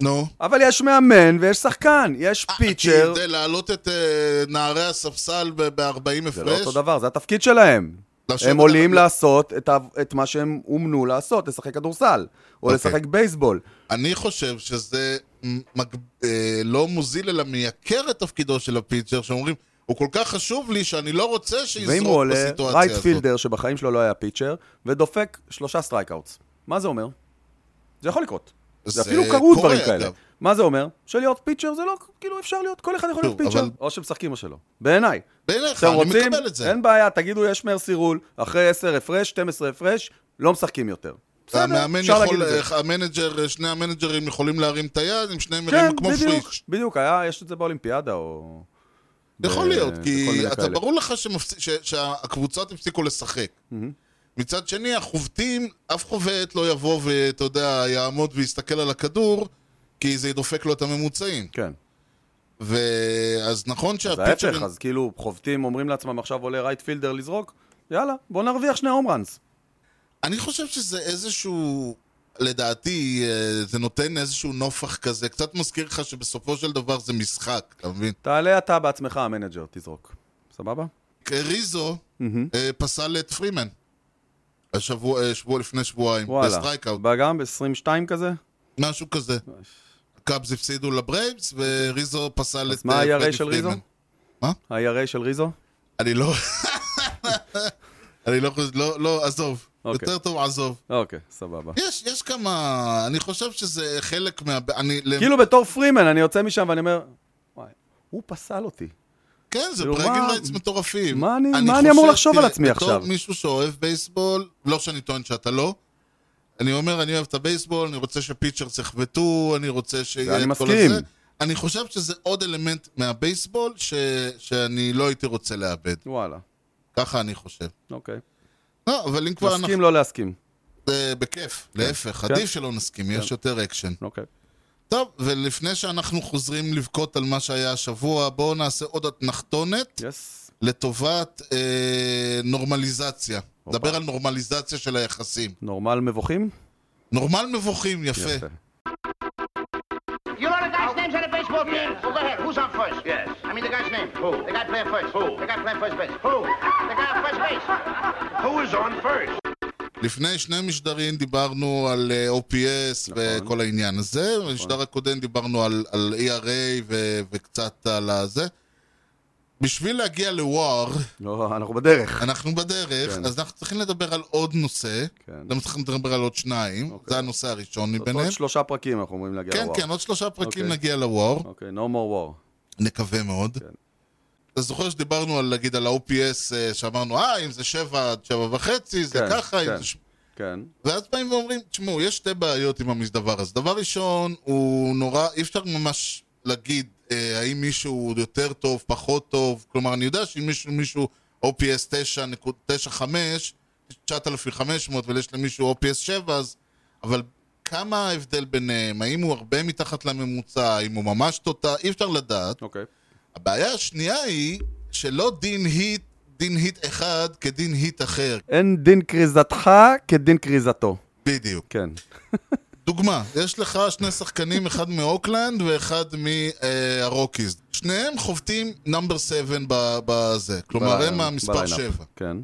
[SPEAKER 1] נו.
[SPEAKER 2] אבל יש מאמן ויש שחקן, יש
[SPEAKER 1] אה,
[SPEAKER 2] פיצ'ר,
[SPEAKER 1] כדי להעלות את אה, נערי הספסל ב-40
[SPEAKER 2] זה לא
[SPEAKER 1] הפרש?
[SPEAKER 2] אותו דבר, זה התפקיד שלהם.
[SPEAKER 1] לשבת
[SPEAKER 2] הם עולים
[SPEAKER 1] על-
[SPEAKER 2] לעשות את ה- את מה שהם אומנו לעשות, לשחק כדורסל, או
[SPEAKER 1] אוקיי.
[SPEAKER 2] לשחק בייסבול.
[SPEAKER 1] אני חושב שזה מ- מג- אה, לא מוזיל, אלא מייקר את תפקידו של הפיצ'ר, שאומרים, הוא כל כך חשוב לי שאני לא רוצה
[SPEAKER 2] ואם הוא
[SPEAKER 1] שיזרוק
[SPEAKER 2] עולה,
[SPEAKER 1] בסיטואציה
[SPEAKER 2] רייט
[SPEAKER 1] הזאת.
[SPEAKER 2] פילדר שבחיים שלו לא היה פיצ'ר, ודופק שלושה סטרייקאוטס. מה זה אומר? זה יכול לקרות. זה
[SPEAKER 1] זה
[SPEAKER 2] אפילו קרו
[SPEAKER 1] קורה,
[SPEAKER 2] דברים כאלה.
[SPEAKER 1] אגב.
[SPEAKER 2] מה זה אומר? שלהיות פיצ'ר זה לא, כאילו אפשר להיות, כל אחד יכול להיות
[SPEAKER 1] שוב,
[SPEAKER 2] פיצ'ר.
[SPEAKER 1] אבל-
[SPEAKER 2] או שמשחקים או שלא. בעיניי.
[SPEAKER 1] בעיניך,
[SPEAKER 2] אתם
[SPEAKER 1] אני
[SPEAKER 2] רוצים?
[SPEAKER 1] מקבל את זה.
[SPEAKER 2] אין בעיה, תגידו יש מרסי רול, אחרי 10 הפרש, 12 הפרש, לא משחקים יותר.
[SPEAKER 1] המאמן
[SPEAKER 2] אפשר להגיד
[SPEAKER 1] יכול, אה,
[SPEAKER 2] את זה.
[SPEAKER 1] המנג'ר, שני המנג'רים יכולים להרים את היד, אם שניהם
[SPEAKER 2] כן,
[SPEAKER 1] מרימים כמו
[SPEAKER 2] בדיוק,
[SPEAKER 1] פריק.
[SPEAKER 2] בדיוק, היה, יש את זה באולימפיאדה, או...
[SPEAKER 1] יכול להיות,
[SPEAKER 2] בכל
[SPEAKER 1] כי
[SPEAKER 2] מיני
[SPEAKER 1] אתה
[SPEAKER 2] כאלה.
[SPEAKER 1] ברור לך שמפס- ש- שהקבוצות הפסיקו לשחק. מצד שני, החובטים, אף חובט לא יבוא ואתה יודע, יעמוד ויסתכל על הכדור, כי זה ידופק לו את הממוצעים.
[SPEAKER 2] כן.
[SPEAKER 1] ואז נכון
[SPEAKER 2] זה
[SPEAKER 1] שהפיצ'רים...
[SPEAKER 2] ההפך, אז כאילו חובטים אומרים לעצמם, עכשיו עולה רייט פילדר לזרוק, יאללה, בוא נרוויח שני הום ראנס.
[SPEAKER 1] אני חושב שזה איזשהו... לדעתי, אה, זה נותן איזשהו נופח כזה. קצת מזכיר לך שבסופו של דבר זה משחק, אתה מבין?
[SPEAKER 2] תעלה אתה בעצמך המנג'ר, תזרוק. סבבה?
[SPEAKER 1] ריזו אה, פסל את פרימן. השבוע, אה, שבוע לפני שבועיים.
[SPEAKER 2] וואלה.
[SPEAKER 1] בסטרייקאוט.
[SPEAKER 2] בא גם ב-22 כזה?
[SPEAKER 1] משהו כזה. הקאבס הפסידו לברייבס, וריזו פסל את...
[SPEAKER 2] מה
[SPEAKER 1] אה,
[SPEAKER 2] ה-ERA
[SPEAKER 1] פרדי
[SPEAKER 2] של
[SPEAKER 1] פרימן.
[SPEAKER 2] ריזו? ה-IRA של ריזו?
[SPEAKER 1] אני לא... אני לא חושב... לא, לא, עזוב.
[SPEAKER 2] אוקיי.
[SPEAKER 1] יותר טוב, עזוב.
[SPEAKER 2] אוקיי, סבבה.
[SPEAKER 1] יש, יש כמה... אני חושב שזה חלק מה... אני...
[SPEAKER 2] כאילו בתור פרימן, אני יוצא משם ואני אומר, וואי, הוא פסל אותי.
[SPEAKER 1] כן, זה
[SPEAKER 2] כאילו,
[SPEAKER 1] ברגל
[SPEAKER 2] מה-
[SPEAKER 1] רייטס מטורפים.
[SPEAKER 2] מה אני- מה אני אמור
[SPEAKER 1] חושב,
[SPEAKER 2] לחשוב על
[SPEAKER 1] תראה,
[SPEAKER 2] עצמי עכשיו?
[SPEAKER 1] בתור מישהו שאוהב בייסבול, לא שאני טוען שאתה לא, אני אומר, אני אוהב את הבייסבול, אני רוצה שפיצ'רס יחבטו, אני רוצה שיהיה
[SPEAKER 2] אני
[SPEAKER 1] את כל
[SPEAKER 2] מסכים.
[SPEAKER 1] הזה. אני חושב שזה עוד אלמנט מהבייסבול ש... שאני לא הייתי רוצה לאבד.
[SPEAKER 2] וואלה,
[SPEAKER 1] ככה אני חושב.
[SPEAKER 2] אוקיי.
[SPEAKER 1] לא, אבל אם כבר
[SPEAKER 2] מסכים כן.
[SPEAKER 1] אנחנו...
[SPEAKER 2] לא להסכים.
[SPEAKER 1] אה, בכיף, להפך, עדיף שלא נסכים, יש יותר אקשן.
[SPEAKER 2] אוקיי.
[SPEAKER 1] טוב, ולפני שאנחנו חוזרים לבכות על מה שהיה השבוע, בואו נעשה עוד אתנחתונת.
[SPEAKER 2] יס.
[SPEAKER 1] לטובת אה, נורמליזציה. דבר על נורמליזציה של היחסים.
[SPEAKER 2] נורמל מבוכים?
[SPEAKER 1] נורמל מבוכים, יפה.
[SPEAKER 2] יפה.
[SPEAKER 6] You know the guy's names on the baseball team? Well, go ahead. Who's on first? Yes. I mean the guy's name. Who? The guy playing first. Who? The guy playing first base. Who? The guy on first base.
[SPEAKER 5] Who is on first?
[SPEAKER 1] לפני שני משדרים דיברנו על אה, OPS
[SPEAKER 2] נכון.
[SPEAKER 1] וכל העניין הזה, במשדר הקודם דיברנו על, על ERA ו, וקצת על הזה. בשביל להגיע לוואר,
[SPEAKER 2] לא, אנחנו בדרך.
[SPEAKER 1] אנחנו בדרך,
[SPEAKER 2] כן.
[SPEAKER 1] אז אנחנו צריכים לדבר על עוד נושא.
[SPEAKER 2] כן. אוקיי.
[SPEAKER 1] אנחנו צריכים לדבר על עוד שניים, זה הנושא הראשון
[SPEAKER 2] עוד
[SPEAKER 1] מביניהם.
[SPEAKER 2] שלושה פרקים אנחנו אומרים להגיע
[SPEAKER 1] כן,
[SPEAKER 2] לוואר.
[SPEAKER 1] כן, עוד שלושה פרקים
[SPEAKER 2] אוקיי.
[SPEAKER 1] נגיע לוואר.
[SPEAKER 2] אוקיי, no more war.
[SPEAKER 1] נקווה מאוד. כן. אתה זוכר שדיברנו על, נגיד, על ה-OPS, אה, שאמרנו, אה, אם זה שבע עד שבע וחצי, זה
[SPEAKER 2] כן,
[SPEAKER 1] ככה, אם
[SPEAKER 2] כן.
[SPEAKER 1] זה ש...
[SPEAKER 2] כן.
[SPEAKER 1] ואז באים ואומרים, תשמעו, יש שתי בעיות עם הדבר הזה. דבר ראשון, הוא נורא, אי אפשר ממש להגיד אה, האם מישהו הוא יותר טוב, פחות טוב. כלומר, אני יודע שאם מישהו, מישהו OPS 9.95, 9,500, ויש למישהו OPS 7, אז... אבל כמה ההבדל ביניהם? האם הוא הרבה מתחת לממוצע? האם הוא ממש תותח? אי אפשר לדעת.
[SPEAKER 2] אוקיי.
[SPEAKER 1] הבעיה השנייה היא שלא דין היט, דין היט אחד כדין היט אחר.
[SPEAKER 2] אין דין כריזתך כדין כריזתו.
[SPEAKER 1] בדיוק.
[SPEAKER 2] כן.
[SPEAKER 1] דוגמה, יש לך שני שחקנים, אחד מאוקלנד ואחד מהרוקיז. שניהם חובטים נאמבר 7 בזה. כלומר,
[SPEAKER 2] ב-
[SPEAKER 1] הם המספר
[SPEAKER 2] בליינאפ.
[SPEAKER 1] 7.
[SPEAKER 2] כן.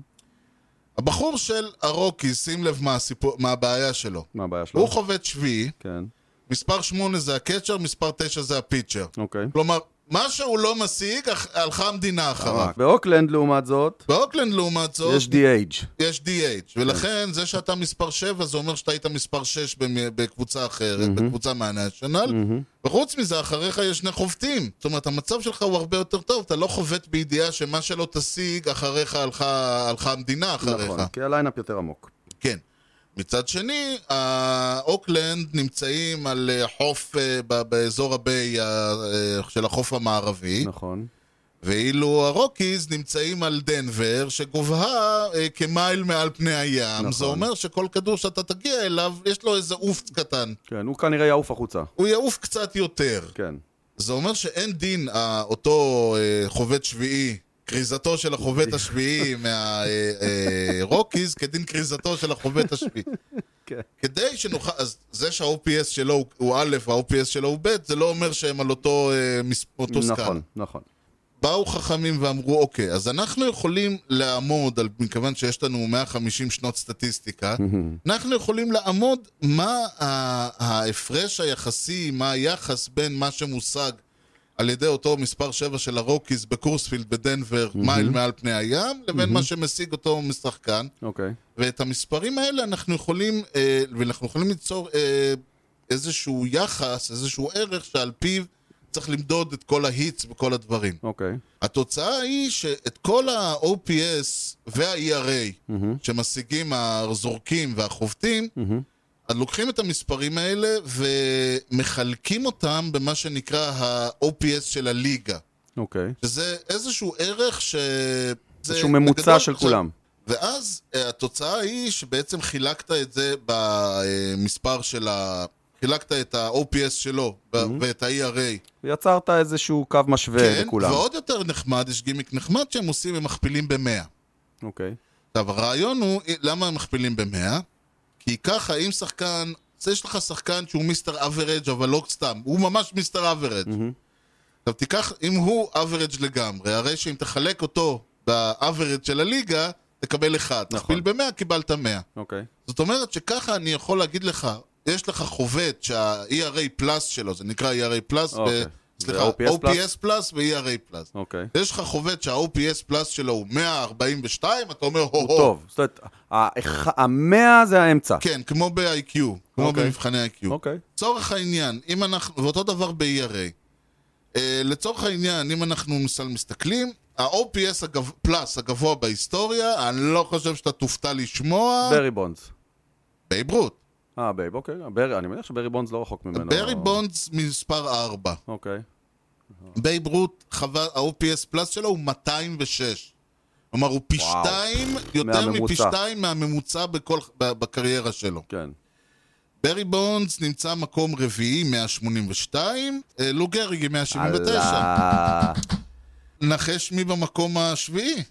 [SPEAKER 1] הבחור של הרוקיז, שים לב מה, הסיפור, מה הבעיה שלו.
[SPEAKER 2] מה הבעיה שלו?
[SPEAKER 1] הוא חובט שביעי,
[SPEAKER 2] כן.
[SPEAKER 1] מספר 8 זה הקצ'ר, מספר 9 זה הפיצ'ר.
[SPEAKER 2] אוקיי.
[SPEAKER 1] כלומר, מה שהוא לא משיג, אח- הלכה המדינה אחריו.
[SPEAKER 2] באוקלנד, לעומת זאת,
[SPEAKER 1] באוקלנד, לעומת זאת...
[SPEAKER 2] יש DH.
[SPEAKER 1] יש DH,
[SPEAKER 2] כן.
[SPEAKER 1] ולכן זה שאתה מספר 7 זה אומר שאתה היית מספר 6 בקבוצה אחרת, בקבוצה מהנשיונל, וחוץ מזה, אחריך יש שני חובטים. זאת אומרת, המצב שלך הוא הרבה יותר טוב, אתה לא חובט בידיעה שמה שלא תשיג, אחריך הלכה הלכה המדינה אחריך.
[SPEAKER 2] נכון, כי הליינאפ יותר עמוק.
[SPEAKER 1] כן. מצד שני, אה, אוקלנד נמצאים על אה, חוף, אה, ב- באזור הביי אה, אה, של החוף המערבי.
[SPEAKER 2] נכון.
[SPEAKER 1] ואילו הרוקיז נמצאים על דנבר, שגובהה אה, כמייל מעל פני הים.
[SPEAKER 2] נכון.
[SPEAKER 1] נכון. זה אומר שכל כדור שאתה תגיע אליו, יש לו איזה עוף קטן.
[SPEAKER 2] כן, הוא כנראה יעוף החוצה.
[SPEAKER 1] הוא יעוף קצת יותר.
[SPEAKER 2] כן.
[SPEAKER 1] זה אומר שאין דין אה, אותו אה, חובט שביעי, כריזתו של החובט השביעי מהרוקיז, כדין כריזתו של החובט השביעי.
[SPEAKER 2] כן.
[SPEAKER 1] כדי שנוכל, אז זה שה-OPS שלו הוא- הוא א' וה-OPS שלו הוא ב', זה לא אומר שהם על אותו, אה, מס- אותו סקאל.
[SPEAKER 2] נכון, נכון.
[SPEAKER 1] באו חכמים ואמרו, אוקיי, אז אנחנו יכולים לעמוד, על, מכיוון שיש לנו 150 שנות סטטיסטיקה, אנחנו יכולים לעמוד מה ה- ההפרש היחסי, מה היחס בין מה שמושג על ידי אותו מספר 7 של הרוקיז בקורספילד בדנבר, מייל מעל פני הים, לבין מה שמשיג אותו משחקן.
[SPEAKER 2] אוקיי.
[SPEAKER 1] ואת המספרים האלה אנחנו יכולים, אה, ואנחנו יכולים ליצור אה, איזשהו יחס, איזשהו ערך שעל פיו צריך למדוד את כל ההיטס וכל הדברים.
[SPEAKER 2] אוקיי.
[SPEAKER 1] התוצאה היא שאת כל ה-OPS וה-ERA שמשיגים הזורקים והחובטים, אז לוקחים את המספרים האלה ומחלקים אותם במה שנקרא ה-OPS של הליגה.
[SPEAKER 2] אוקיי.
[SPEAKER 1] שזה איזשהו ערך ש... זה
[SPEAKER 2] איזשהו ממוצע
[SPEAKER 1] בגדול-
[SPEAKER 2] של
[SPEAKER 1] זה-
[SPEAKER 2] כולם.
[SPEAKER 1] ואז אה, התוצאה היא שבעצם חילקת את זה במספר של ה... חילקת את ה-OPS שלו ב- ואת ה-ERA.
[SPEAKER 2] ויצרת איזשהו קו משווה
[SPEAKER 1] כן,
[SPEAKER 2] לכולם.
[SPEAKER 1] ועוד יותר נחמד, יש גימיק נחמד שהם עושים, הם מכפילים ב-100.
[SPEAKER 2] אוקיי.
[SPEAKER 1] עכשיו, הרעיון הוא, אה, למה הם מכפילים ב-100? כי ככה, אם שחקן, אז יש לך שחקן שהוא מיסטר אברג' אבל לא סתם, הוא ממש מיסטר אברג'. עכשיו תיקח, אם הוא אברג' לגמרי, הרי שאם תחלק אותו באברג' של הליגה, תקבל אחד.
[SPEAKER 2] נכון.
[SPEAKER 1] תכפיל ב-100, קיבלת 100.
[SPEAKER 2] אוקיי.
[SPEAKER 1] זאת אומרת שככה אני יכול להגיד לך, יש לך חובט שה-ERA פלאס שלו, זה נקרא E ERA פלאס,
[SPEAKER 2] אוקיי.
[SPEAKER 1] ב-
[SPEAKER 2] זה
[SPEAKER 1] סליחה,
[SPEAKER 2] OPS
[SPEAKER 1] OPS פלאס ו-ERA פלאס.
[SPEAKER 2] אוקיי.
[SPEAKER 1] יש לך חובט שה-OPS פלאס שלו הוא 142, אתה אומר, הו
[SPEAKER 2] הוא
[SPEAKER 1] הו.
[SPEAKER 2] טוב. זאת אומרת, האח- המאה זה האמצע.
[SPEAKER 1] כן, כמו ב-IQ, כמו
[SPEAKER 2] אוקיי.
[SPEAKER 1] במבחני IQ.
[SPEAKER 2] אוקיי.
[SPEAKER 1] לצורך העניין, אם אנחנו, ואותו דבר ב-ERA. Uh, לצורך העניין, אם אנחנו מסל מסתכלים, ה-OPS הגב, פלאס הגבוה בהיסטוריה, אני לא חושב שאתה תופתע לשמוע,
[SPEAKER 2] ברי בונדס.
[SPEAKER 1] בייב רות.
[SPEAKER 2] אה, בייב, אוקיי. ברי- אני מניח שברי בונדס לא רחוק ממנו.
[SPEAKER 1] ברי בונדס מספר 4.
[SPEAKER 2] אוקיי.
[SPEAKER 1] בייב רות, חווה- ה-OPS פלאס שלו הוא 206. כלומר, הוא פי
[SPEAKER 2] וואו.
[SPEAKER 1] שתיים, יותר
[SPEAKER 2] מהממוצע.
[SPEAKER 1] מפי שתיים מהממוצע בכל, ב- בקריירה שלו.
[SPEAKER 2] כן.
[SPEAKER 1] ברי בונדס נמצא מקום רביעי, 182, אה, לו גריגי, 179.
[SPEAKER 2] אללה.
[SPEAKER 1] נחש מי במקום השביעי.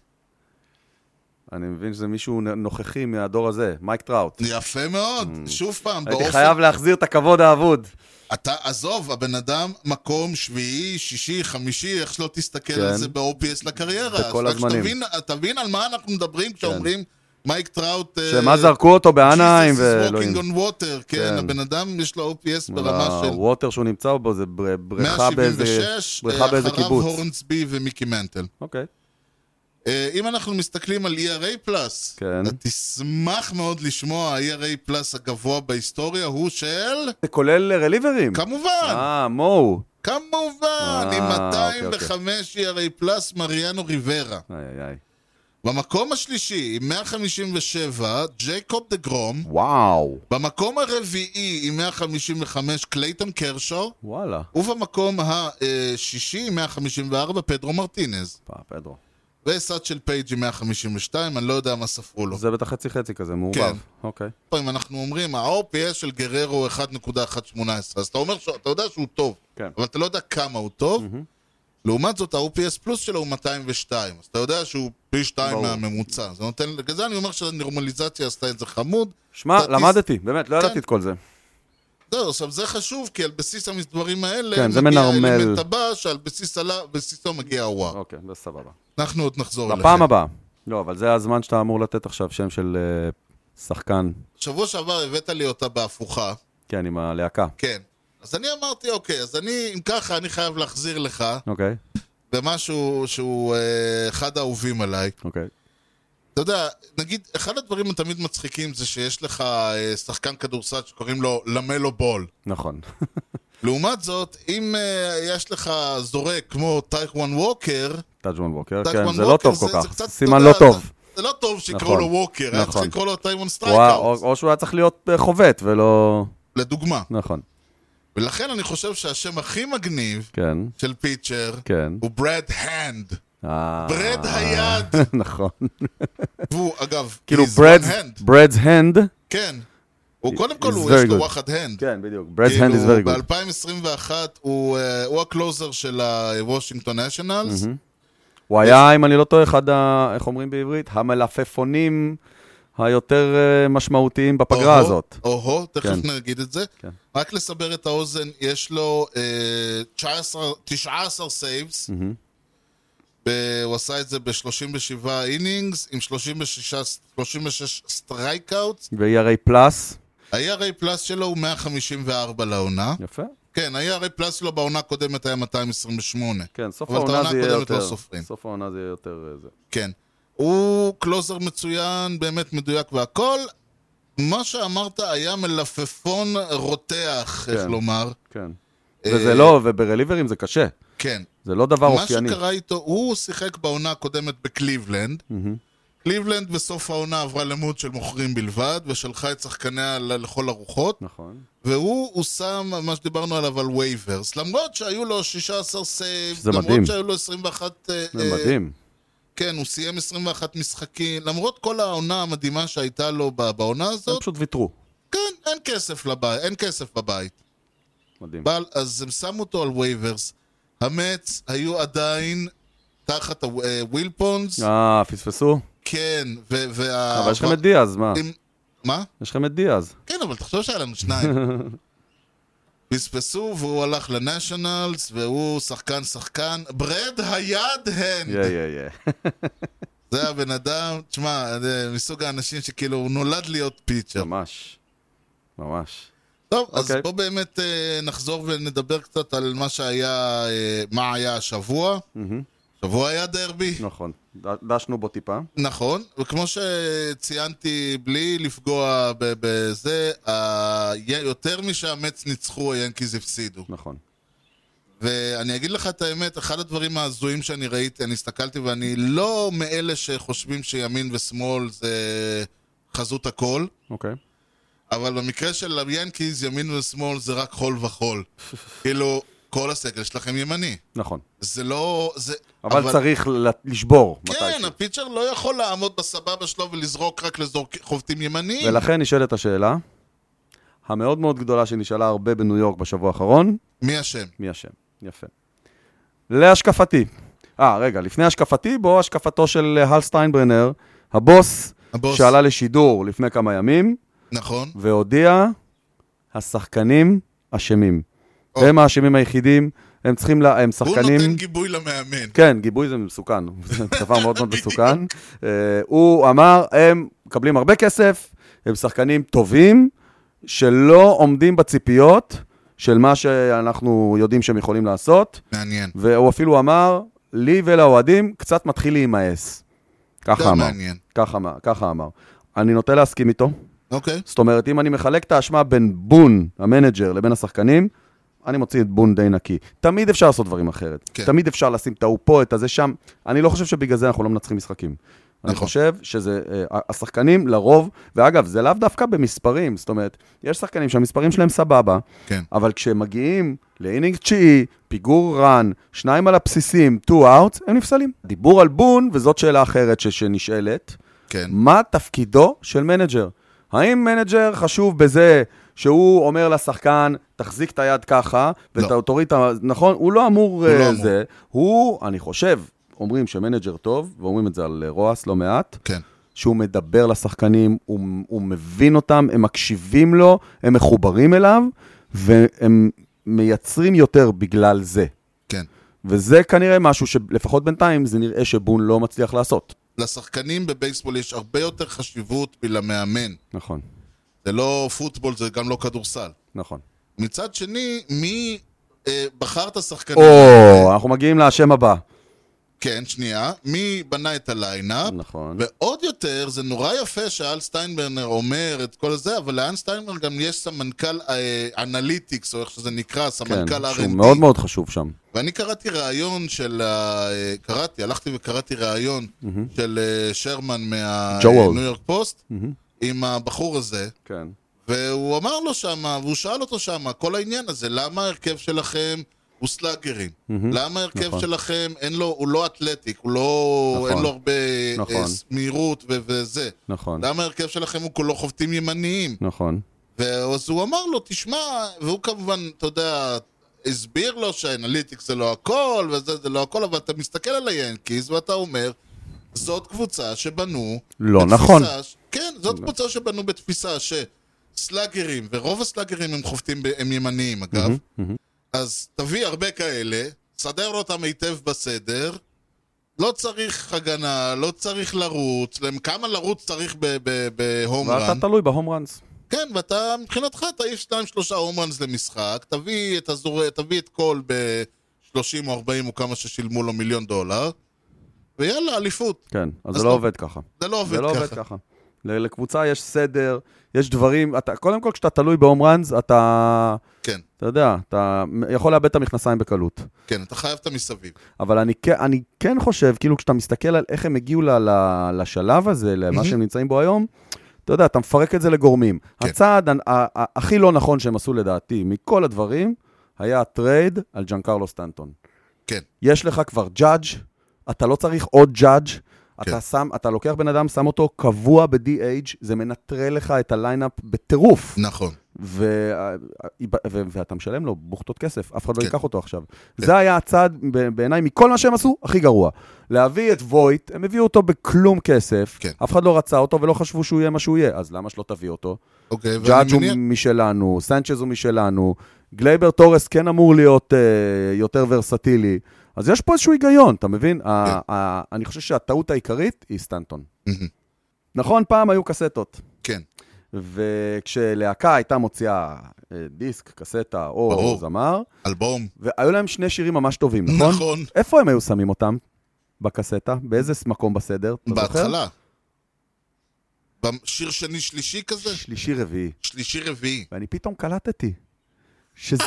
[SPEAKER 2] אני מבין שזה מישהו נ- נוכחי מהדור הזה, מייק טראוט.
[SPEAKER 1] יפה מאוד, שוב פעם,
[SPEAKER 2] Mm. הייתי
[SPEAKER 1] באופן...
[SPEAKER 2] חייב להחזיר את הכבוד האבוד.
[SPEAKER 1] אתה, עזוב, הבן אדם מקום שביעי, שישי, חמישי, איך שלא תסתכל
[SPEAKER 2] כן.
[SPEAKER 1] על זה ב-OPS לקריירה.
[SPEAKER 2] בכל
[SPEAKER 1] אז רק
[SPEAKER 2] הזמנים. כן.
[SPEAKER 1] שתבין- תבין על מה אנחנו מדברים כשאומרים מייק טראוט... אה,
[SPEAKER 2] שמה זרקו אותו לא, בעניים,
[SPEAKER 1] Jesus is
[SPEAKER 2] ואלוהים.
[SPEAKER 1] walking on water, כן,
[SPEAKER 2] כן.
[SPEAKER 1] הבן אדם יש לו OPS ברמה של
[SPEAKER 2] הווטר שהוא נמצא בו זה בר- בריכה באיזה
[SPEAKER 1] 176,
[SPEAKER 2] בריכה
[SPEAKER 1] אה,
[SPEAKER 2] באיזה
[SPEAKER 1] אחריו
[SPEAKER 2] קיבוץ.
[SPEAKER 1] הורנסבי ומיקי מנטל.
[SPEAKER 2] אוקיי.
[SPEAKER 1] אה, אם אנחנו מסתכלים על E ERA פלאס,
[SPEAKER 2] כן.
[SPEAKER 1] אתה תשמח מאוד לשמוע, E ה-ERA פלאס הגבוה בהיסטוריה הוא של...
[SPEAKER 2] זה כולל רליברים.
[SPEAKER 1] כמובן,
[SPEAKER 2] אה, מו.
[SPEAKER 1] כמובן, עם E
[SPEAKER 2] אה, אוקיי.
[SPEAKER 1] 205 ERA פלאס מריאנו ריברה.
[SPEAKER 2] איי איי איי.
[SPEAKER 1] במקום השלישי, עם 157, ג'ייקוב דה גרום.
[SPEAKER 2] וואו.
[SPEAKER 1] במקום הרביעי, עם 155, קלייטון קרשו.
[SPEAKER 2] וואלה.
[SPEAKER 1] ובמקום השישי, עם 154, פדרו מרטינז.
[SPEAKER 2] פא, פדרו.
[SPEAKER 1] וסאט של פייג' עם 152, אני לא יודע מה ספרו לו.
[SPEAKER 2] זה בטח חצי חצי כזה,
[SPEAKER 1] כן.
[SPEAKER 2] מעורבב. אוקיי.
[SPEAKER 1] פעמים אנחנו אומרים, ה-OPS של גררו הוא 1.118, אז אתה אומר, ש- אתה יודע שהוא טוב,
[SPEAKER 2] כן.
[SPEAKER 1] אבל אתה לא יודע כמה הוא טוב. לעומת זאת, ה-OPS פלוס שלו הוא 202, אז אתה יודע שהוא פי שתיים
[SPEAKER 2] ברור.
[SPEAKER 1] מהממוצע. זה נותן, בגלל זה אני אומר שהנורמליזציה עשתה את זה חמוד.
[SPEAKER 2] שמע,
[SPEAKER 1] סטטיסט-
[SPEAKER 2] למדתי, באמת, לא
[SPEAKER 1] כן.
[SPEAKER 2] ידעתי את כל זה.
[SPEAKER 1] זהו, עכשיו זה חשוב, כי על בסיס המסדברים האלה,
[SPEAKER 2] כן, זה
[SPEAKER 1] מגיע
[SPEAKER 2] מנרמל.
[SPEAKER 1] האלמנט הבא, שעל בסיס עלה- בסיסו מגיע הוואר.
[SPEAKER 2] אוקיי, בסבבה.
[SPEAKER 1] אנחנו עוד נחזור אליכם.
[SPEAKER 2] לפעם הבאה. לא, אבל זה הזמן שאתה אמור לתת עכשיו שם של אה, שחקן,
[SPEAKER 1] שבוע שעבר הבאת לי אותה בהפוכה.
[SPEAKER 2] כן, עם הלהקה.
[SPEAKER 1] כן. אז אני אמרתי, אוקיי, אז אני, אם ככה, אני חייב להחזיר לך
[SPEAKER 2] אוקיי,
[SPEAKER 1] במשהו שהוא אה, אחד האהובים עליי.
[SPEAKER 2] אוקיי.
[SPEAKER 1] אתה יודע, נגיד, אחד הדברים התמיד מצחיקים זה שיש לך אה, שחקן כדורסל שקוראים לו למלו בול.
[SPEAKER 2] נכון.
[SPEAKER 1] לעומת זאת, אם אה, יש לך זורק כמו טייקוואן ווקר,
[SPEAKER 2] טאג'מן ווקר, כן,
[SPEAKER 1] טייקוואן
[SPEAKER 2] זה לא
[SPEAKER 1] ווקר
[SPEAKER 2] טוב כל כך.
[SPEAKER 1] קצת,
[SPEAKER 2] סימן
[SPEAKER 1] אתה
[SPEAKER 2] לא
[SPEAKER 1] יודע,
[SPEAKER 2] טוב.
[SPEAKER 1] זה- זה לא טוב שיקראו
[SPEAKER 2] נכון,
[SPEAKER 1] לו ווקר, היה צריך
[SPEAKER 2] נכון.
[SPEAKER 1] לקרוא לו טייקוואן
[SPEAKER 2] הוא היה- או
[SPEAKER 1] סטרייקאוט,
[SPEAKER 2] או שהוא היה צריך להיות אה, חובט, ולא...
[SPEAKER 1] לדוגמה.
[SPEAKER 2] נכון.
[SPEAKER 1] ולכן אני חושב שהשם הכי מגניב
[SPEAKER 2] כן,
[SPEAKER 1] של פיצ'ר
[SPEAKER 2] כן.
[SPEAKER 1] הוא ברד הנד.
[SPEAKER 2] אה,
[SPEAKER 1] ברד היד.
[SPEAKER 2] נכון.
[SPEAKER 1] והוא, אגב,
[SPEAKER 2] כאילו,
[SPEAKER 1] he's
[SPEAKER 2] ברד's-
[SPEAKER 1] one hand.
[SPEAKER 2] ברד's hand,
[SPEAKER 1] כן. הוא קודם כל,
[SPEAKER 2] He's
[SPEAKER 1] הוא
[SPEAKER 2] very
[SPEAKER 1] יש לו
[SPEAKER 2] good.
[SPEAKER 1] וואחד הנד.
[SPEAKER 2] כן, בדיוק. ברד's hand
[SPEAKER 1] כאילו,
[SPEAKER 2] is very good.
[SPEAKER 1] ב-2021 הוא אה, הוא הקלוזר של הוושינגטון נשיונלס.
[SPEAKER 2] Mm-hmm. הוא היה, אם אני לא טועה, אחד ה... איך אומרים בעברית? המלפפונים היותר אה, משמעותיים בפגרה הזאת.
[SPEAKER 1] או-הו, תכף
[SPEAKER 2] כן.
[SPEAKER 1] נגיד את זה.
[SPEAKER 2] כן.
[SPEAKER 1] רק לסבר את האוזן, יש לו אה, 19 19 סייבס.
[SPEAKER 2] Mm-hmm.
[SPEAKER 1] הוא עשה את זה ב-37 אינינגס, עם 36 36 סטרייקאוטס.
[SPEAKER 2] ו-ERA פלאס,
[SPEAKER 1] ה-ERA פלאס שלו הוא 154 לעונה.
[SPEAKER 2] יפה.
[SPEAKER 1] כן, ה-ERA פלאס שלו בעונה הקודמת היה 228.
[SPEAKER 2] כן, סוף
[SPEAKER 1] אבל את
[SPEAKER 2] העונה
[SPEAKER 1] העונה
[SPEAKER 2] זה יהיה
[SPEAKER 1] הקודמת
[SPEAKER 2] יותר...
[SPEAKER 1] לא סופרים.
[SPEAKER 2] סוף העונה זה יהיה יותר... אה, זה.
[SPEAKER 1] כן. הוא קלוזר מצוין, באמת מדויק והכל. מה שאמרת היה מלפפון רותח, איך
[SPEAKER 2] כן.
[SPEAKER 1] לומר.
[SPEAKER 2] כן.
[SPEAKER 1] אה,
[SPEAKER 2] וזה לא, וברליברים זה קשה.
[SPEAKER 1] כן.
[SPEAKER 2] זה לא דבר
[SPEAKER 1] מה
[SPEAKER 2] אופייני.
[SPEAKER 1] שקרה איתו, הוא שיחק בעונה הקודמת בקליבלנד, קליבלנד בסוף העונה עברה למוד של מוכרים בלבד, ושלחה את שחקניה ל- לכל הרוחות,
[SPEAKER 2] נכון.
[SPEAKER 1] אה, והוא הוא שם מה שדיברנו עליו על וייברס, למרות שהיו לו 16 סייב,
[SPEAKER 2] שזה
[SPEAKER 1] למרות
[SPEAKER 2] מדהים.
[SPEAKER 1] שהיו לו 21... אה,
[SPEAKER 2] זה
[SPEAKER 1] אה,
[SPEAKER 2] מדהים.
[SPEAKER 1] כן, הוא סיים 21 משחקים, למרות כל העונה המדהימה שהייתה לו ב- בעונה
[SPEAKER 2] הם
[SPEAKER 1] הזאת,
[SPEAKER 2] פשוט ויתרו.
[SPEAKER 1] כן, אין כסף לבית, אין כסף בבית.
[SPEAKER 2] מדהים.
[SPEAKER 1] בעל, אז הם שמו אותו על וייברס. המץ היו עדיין תחת הוויל פונדס,
[SPEAKER 2] אה, פספסו? אה,
[SPEAKER 1] כן, ו- וה...
[SPEAKER 2] אבל יש לכם את דיאז, מה?
[SPEAKER 1] אם- מה?
[SPEAKER 2] יש לכם את דיאז.
[SPEAKER 1] כן, אבל תחשוב שהיה לנו שניים. פספסו, והוא הלך לנשיונלס, והוא שחקן-שחקן. ברד היד הנד!
[SPEAKER 2] יא יא יא.
[SPEAKER 1] זה הבן אדם, תשמע, זה מסוג האנשים שכאילו, הוא נולד להיות פיצ'ר.
[SPEAKER 2] ממש. ממש.
[SPEAKER 1] טוב, אז
[SPEAKER 2] אוקיי.
[SPEAKER 1] בוא באמת אה, נחזור ונדבר קצת על מה שהיה, אה, מה היה השבוע. השבוע היה דרבי.
[SPEAKER 2] נכון. ד- דשנו בו טיפה.
[SPEAKER 1] נכון, וכמו שציינתי, בלי לפגוע ב- בזה, ה- יותר משהמץ ניצחו, היאנקיז הפסידו.
[SPEAKER 2] נכון.
[SPEAKER 1] ואני אגיד לך את האמת, אחד הדברים ההזויים שאני ראיתי, אני הסתכלתי ואני לא מאלה שחושבים שימין ושמאל זה חזות הכל,
[SPEAKER 2] אוקיי.
[SPEAKER 1] אבל במקרה של היאנקיז, ימין ושמאל זה רק חול וחול. כאילו, כל הסגל שלכם ימני.
[SPEAKER 2] נכון.
[SPEAKER 1] זה לא... זה...
[SPEAKER 2] אבל צריך ל- לשבור.
[SPEAKER 1] כן,
[SPEAKER 2] מתישהו.
[SPEAKER 1] הפיצ'ר לא יכול לעמוד בסבבה שלו ולזרוק רק לחובטים ימניים.
[SPEAKER 2] ולכן נשאלת השאלה, המאוד מאוד גדולה שנשאלה הרבה בניו יורק בשבוע האחרון,
[SPEAKER 1] מי אשם?
[SPEAKER 2] מי אשם? יפה. להשקפתי. אה, רגע, לפני השקפתי, בוא השקפתו של אה, הל סטיינברנר, הבוס,
[SPEAKER 1] הבוס.
[SPEAKER 2] שעלה לשידור לפני כמה ימים,
[SPEAKER 1] נכון.
[SPEAKER 2] והודיע, השחקנים אשמים.
[SPEAKER 1] או.
[SPEAKER 2] הם האשמים היחידים, הם צריכים, לה, הם
[SPEAKER 1] הוא
[SPEAKER 2] שחקנים...
[SPEAKER 1] נותן גיבוי למאמן.
[SPEAKER 2] כן, גיבוי זה מסוכן, זה דבר מאוד מאוד מסוכן. אה, הוא אמר, הם מקבלים הרבה כסף, הם שחקנים טובים, שלא עומדים בציפיות של מה שאנחנו יודעים שהם יכולים לעשות,
[SPEAKER 1] מעניין.
[SPEAKER 2] והוא אפילו אמר, לי ולאוהדים, קצת מתחיל להימאס. ככה
[SPEAKER 1] גם
[SPEAKER 2] אמר,
[SPEAKER 1] מעניין.
[SPEAKER 2] ככה אמר, ככה אמר. אני נוטה להסכים איתו.
[SPEAKER 1] אוקיי.
[SPEAKER 2] זאת אומרת, אם אני מחלק את האשמה בין בון, המנג'ר, לבין השחקנים, אני מוציא את בון די נקי. תמיד אפשר לעשות דברים אחרת.
[SPEAKER 1] כן.
[SPEAKER 2] כן. תמיד אפשר לשים את ההוא פה, את הזה שם. אני לא חושב שבגלל זה אנחנו לא מנצחים משחקים. אני
[SPEAKER 1] נכון.
[SPEAKER 2] חושב שזה, אה, השחקנים לרוב, ואגב, זה לאו דווקא במספרים, זאת אומרת, יש שחקנים שהמספרים שלהם סבבה,
[SPEAKER 1] כן.
[SPEAKER 2] אבל כשהם מגיעים לאינינג תשיעי, פיגור רן, שניים על הבסיסים, two outs, הם נפסלים. דיבור על בון, וזאת שאלה אחרת ש- שנשאלת.
[SPEAKER 1] כן.
[SPEAKER 2] מה תפקידו של מנג'ר? האם מנג'ר חשוב בזה שהוא אומר לשחקן, תחזיק את היד ככה,
[SPEAKER 1] לא.
[SPEAKER 2] ותוריד את ה... נכון? הוא לא אמור...
[SPEAKER 1] לא
[SPEAKER 2] אה,
[SPEAKER 1] אמור.
[SPEAKER 2] זה. הוא, אני חושב, אומרים שמנג'ר טוב, ואומרים את זה על אה, רועס לא מעט,
[SPEAKER 1] כן.
[SPEAKER 2] שהוא מדבר לשחקנים, הוא, הוא מבין אותם, הם מקשיבים לו, הם מחוברים אליו, והם מייצרים יותר בגלל זה.
[SPEAKER 1] כן.
[SPEAKER 2] וזה כנראה משהו שלפחות בינתיים זה נראה שבון לא מצליח לעשות.
[SPEAKER 1] לשחקנים בבייסבול יש הרבה יותר חשיבות מלמאמן.
[SPEAKER 2] נכון,
[SPEAKER 1] זה לא פוטבול, זה גם לא כדורסל.
[SPEAKER 2] נכון.
[SPEAKER 1] מצד שני, מי אה, בחר את השחקנים?
[SPEAKER 2] או, אנחנו מגיעים לאשם הבא.
[SPEAKER 1] כן, שנייה. מי בנה את הליינאפ?
[SPEAKER 2] נכון.
[SPEAKER 1] ועוד יותר, זה נורא יפה שאל סטיינברנר אומר את כל זה, אבל לאן סטיינברנר גם יש סמנכ"ל אה, אנליטיקס, או איך שזה נקרא,
[SPEAKER 2] כן,
[SPEAKER 1] סמנכ"ל R&D.
[SPEAKER 2] שהוא מאוד מאוד חשוב שם.
[SPEAKER 1] ואני קראתי ראיון של ה... אה, קראתי, הלכתי וקראתי ראיון של אה, שרמן
[SPEAKER 2] ג'ו וולד.
[SPEAKER 1] מהניו יורק פוסט עם הבחור הזה,
[SPEAKER 2] כן.
[SPEAKER 1] והוא אמר לו שמה, והוא שאל אותו שמה, כל העניין הזה, למה ההרכב שלכם הוא סלאגרים? למה ההרכב
[SPEAKER 2] נכון.
[SPEAKER 1] שלכם, אין לו, הוא לא אתלטיק, הוא לא,
[SPEAKER 2] נכון.
[SPEAKER 1] אין לו הרבה אה,
[SPEAKER 2] נכון.
[SPEAKER 1] מהירות ו- וזה.
[SPEAKER 2] נכון,
[SPEAKER 1] למה ההרכב שלכם הוא כולו חובטים ימניים?
[SPEAKER 2] נכון.
[SPEAKER 1] ואז הוא אמר לו, תשמע, והוא כמובן, אתה יודע, הסביר לו שהאנליטיקס זה לא הכל, וזה זה לא הכל, אבל אתה מסתכל על היאנקיז ואתה אומר, זאת קבוצה שבנו...
[SPEAKER 2] לא
[SPEAKER 1] בתפיסה
[SPEAKER 2] נכון. לא.
[SPEAKER 1] ש- כן, זאת קבוצה שבנו בתפיסה שסלאגרים, ורוב הסלאגרים הם חובטים, ב- הם ימניים אגב, אז תביא הרבה כאלה, סדר אותם היטב בסדר, לא צריך הגנה, לא צריך לרוץ, למ- כמה לרוץ צריך ב- ב- בהום רן.
[SPEAKER 2] ואתה תלוי בהום ראנס.
[SPEAKER 1] כן, ואתה, מבחינתך, תעיף שניים שלושה הומרנס למשחק, תביא את הזור... תביא את קול ב-30 או 40 או כמה ששילמו לו מיליון דולר, ויאללה, אליפות.
[SPEAKER 2] כן, אז
[SPEAKER 1] אז
[SPEAKER 2] זה לא
[SPEAKER 1] לא.
[SPEAKER 2] עובד ככה.
[SPEAKER 1] זה לא עובד
[SPEAKER 2] זה לא
[SPEAKER 1] ככה.
[SPEAKER 2] עובד ככה. ל- לקבוצה יש סדר, יש דברים, אתה, קודם כל כשאתה תלוי בהום ראנס, אתה,
[SPEAKER 1] כן,
[SPEAKER 2] אתה יודע, אתה יכול לאבד את המכנסיים בקלות.
[SPEAKER 1] כן, אתה חייב את המסביב.
[SPEAKER 2] אבל אני, כן- אני כן חושב, כאילו, כשאתה מסתכל על איך הם הגיעו ל, ל, לשלב הזה, למה שהם נמצאים בו היום, אתה יודע, אתה מפרק את זה לגורמים.
[SPEAKER 1] כן.
[SPEAKER 2] הצעד ה- ה- ה- הכי לא נכון שהם עשו לדעתי, מכל הדברים, היה הטרייד על ג'אנקרלו סטנטון.
[SPEAKER 1] כן,
[SPEAKER 2] יש לך כבר ג'אדג', אתה לא צריך עוד ג'אדג',
[SPEAKER 1] כן.
[SPEAKER 2] אתה, שם, אתה לוקח בן אדם, שם אותו קבוע ב-DH, זה מנטרל לך את הליינאפ בטירוף.
[SPEAKER 1] נכון.
[SPEAKER 2] ו... ו... ואתה משלם לו בוכטות כסף, אף אחד לא
[SPEAKER 1] כן.
[SPEAKER 2] ייקח אותו עכשיו. זה היה הצעד, ב- בעיניי, מכל מה שהם עשו, הכי גרוע. להביא את וויט, הם הביאו אותו בכלום כסף,
[SPEAKER 1] כן.
[SPEAKER 2] אף אחד לא רצה אותו ולא חשבו שהוא יהיה מה שהוא יהיה, אז למה שלא תביא אותו?
[SPEAKER 1] אוקיי, ואני
[SPEAKER 2] ג'אג' הוא
[SPEAKER 1] מניח-
[SPEAKER 2] משלנו, סנצ'ז הוא משלנו, גלייבר טורס כן אמור להיות אה, יותר ורסטילי, אז יש פה איזשהו היגיון, אתה מבין?
[SPEAKER 1] כן.
[SPEAKER 2] ה- ה- אני חושב שהטעות העיקרית היא סטנטון. נכון, פעם היו קסטות.
[SPEAKER 1] כן,
[SPEAKER 2] וכשלהקה הייתה מוציאה אה, דיסק, קסטה או
[SPEAKER 1] ברור.
[SPEAKER 2] זמר,
[SPEAKER 1] אלבום.
[SPEAKER 2] והיו להם שני שירים ממש טובים, נכון?
[SPEAKER 1] נכון.
[SPEAKER 2] איפה הם היו שמים אותם? בקסטה? באיזה מקום בסדר? אתה זוכר?
[SPEAKER 1] בהתחלה. שיר שני שלישי כזה?
[SPEAKER 2] שלישי רביעי.
[SPEAKER 1] שלישי רביעי.
[SPEAKER 2] ואני פתאום קלטתי שזה,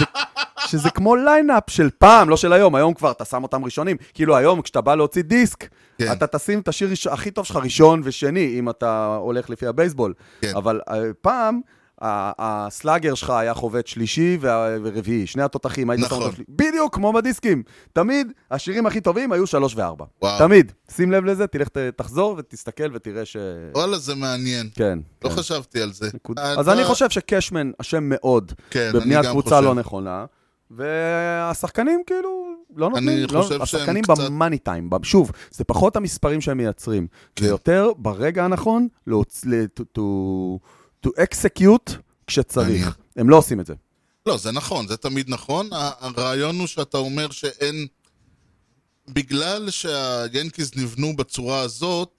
[SPEAKER 2] שזה כמו ליינאפ של פעם, לא של היום, היום כבר אתה שם אותם ראשונים. כאילו היום כשאתה בא להוציא דיסק,
[SPEAKER 1] כן.
[SPEAKER 2] כן. אתה תשים את השיר ראש- הכי טוב שלך ראשון ושני, אם אתה הולך לפי הבייסבול.
[SPEAKER 1] כן.
[SPEAKER 2] אבל אה, פעם... ה- הסלאגר שלך היה חובט שלישי וה- ורביעי, שני התותחים, היית
[SPEAKER 1] נכון.
[SPEAKER 2] שם אותו של- בדיוק כמו בדיסקים. תמיד השירים הכי טובים היו שלוש וארבע.
[SPEAKER 1] וואו.
[SPEAKER 2] תמיד. שים לב לזה, תלך, ת- תחזור ותסתכל ותראה ש...
[SPEAKER 1] וואלה, זה מעניין.
[SPEAKER 2] כן.
[SPEAKER 1] אוקיי. לא
[SPEAKER 2] כן.
[SPEAKER 1] חשבתי על זה.
[SPEAKER 2] נקוד...
[SPEAKER 1] אתה-
[SPEAKER 2] אז אני חושב שקשמן אשם מאוד
[SPEAKER 1] כן,
[SPEAKER 2] בבניית
[SPEAKER 1] אני גם
[SPEAKER 2] קבוצה
[SPEAKER 1] חושב.
[SPEAKER 2] לא נכונה, והשחקנים כאילו לא נותנים, לא,
[SPEAKER 1] חושב שהם
[SPEAKER 2] השחקנים
[SPEAKER 1] קצת-
[SPEAKER 2] במאני טיים, ב- שוב, זה פחות המספרים שהם מייצרים,
[SPEAKER 1] כן.
[SPEAKER 2] זה יותר ברגע הנכון להוצ... ל- to- to- to execute
[SPEAKER 1] מעניין.
[SPEAKER 2] כשצריך. הם לא עושים את זה.
[SPEAKER 1] לא, זה נכון, זה תמיד נכון. ה- הרעיון הוא שאתה אומר שאין... בגלל שהיאנקיז נבנו בצורה הזאת,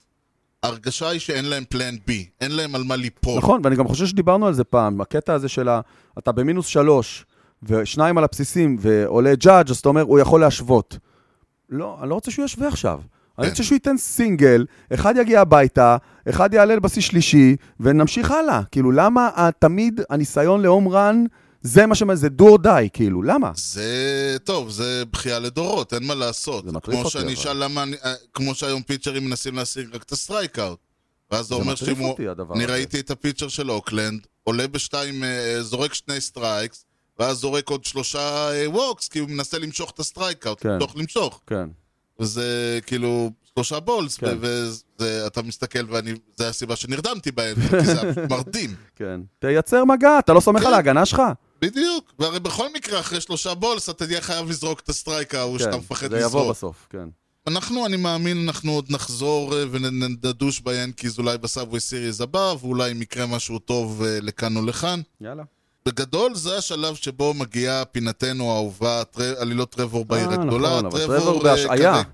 [SPEAKER 1] ההרגשה היא שאין להם פלן בי, אין להם על מה ליפול.
[SPEAKER 2] נכון, ואני גם חושב שדיברנו על זה פעם, הקטע הזה של ה... אתה במינוס שלוש, ושניים על הבסיסים, ועולה ג'אדג', אז אתה אומר, הוא יכול להשוות. לא, אני לא רוצה שהוא ישווה עכשיו.
[SPEAKER 1] כן.
[SPEAKER 2] אני רוצה שהוא ייתן סינגל, אחד יגיע הביתה, אחד יעלה לבסיס שלישי, ונמשיך הלאה. כאילו, למה ה- תמיד הניסיון להום רן, זה מה ש... זה do or die, כאילו, למה?
[SPEAKER 1] זה טוב, זה בכייה לדורות, אין מה לעשות.
[SPEAKER 2] זה מטריף
[SPEAKER 1] כמו
[SPEAKER 2] אותי,
[SPEAKER 1] שאני
[SPEAKER 2] אבל.
[SPEAKER 1] אשאל למה, אני- אה, כמו שהיום פיצ'רים מנסים להשיג רק את הסטרייקאוט. ואז זה אומר
[SPEAKER 2] מטריף
[SPEAKER 1] שאם הוא...
[SPEAKER 2] אותי, הדבר
[SPEAKER 1] אני
[SPEAKER 2] הזה.
[SPEAKER 1] ראיתי את הפיצ'ר של אוקלנד, עולה בשתיים, אה, זורק שני סטרייקס, ואז זורק עוד שלושה ווקס, כי הוא מנסה למשוך את הסטרייקאוט,
[SPEAKER 2] כן.
[SPEAKER 1] למשוך למשוך.
[SPEAKER 2] כן.
[SPEAKER 1] וזה כאילו שלושה בולס,
[SPEAKER 2] כן.
[SPEAKER 1] ואתה מסתכל ואני... זה הסיבה שנרדמתי בהם, כי זה היה פשוט מרדים.
[SPEAKER 2] כן. תייצר מגע, אתה לא סומך
[SPEAKER 1] כן.
[SPEAKER 2] על ההגנה שלך?
[SPEAKER 1] בדיוק, והרי בכל מקרה אחרי שלושה בולס אתה תהיה חייב לזרוק את הסטרייק ההוא שאתה מפחד
[SPEAKER 2] כן, זה יבוא
[SPEAKER 1] לזרוק.
[SPEAKER 2] בסוף, כן.
[SPEAKER 1] אנחנו, אני מאמין, אנחנו עוד נחזור אה, ונדוש ביאנקיז אולי בסאבווי סיריז הבא, ואולי אם יקרה משהו טוב אה, לכאן או לכאן.
[SPEAKER 2] יאללה.
[SPEAKER 1] בגדול זה השלב שבו מגיעה פינתנו האהובה, טר- עלילות טרבור בעיר
[SPEAKER 2] אה,
[SPEAKER 1] הגדולה.
[SPEAKER 2] נכון, אבל טרבור
[SPEAKER 1] אה,
[SPEAKER 2] בהשעיה. נכון.
[SPEAKER 1] כזה-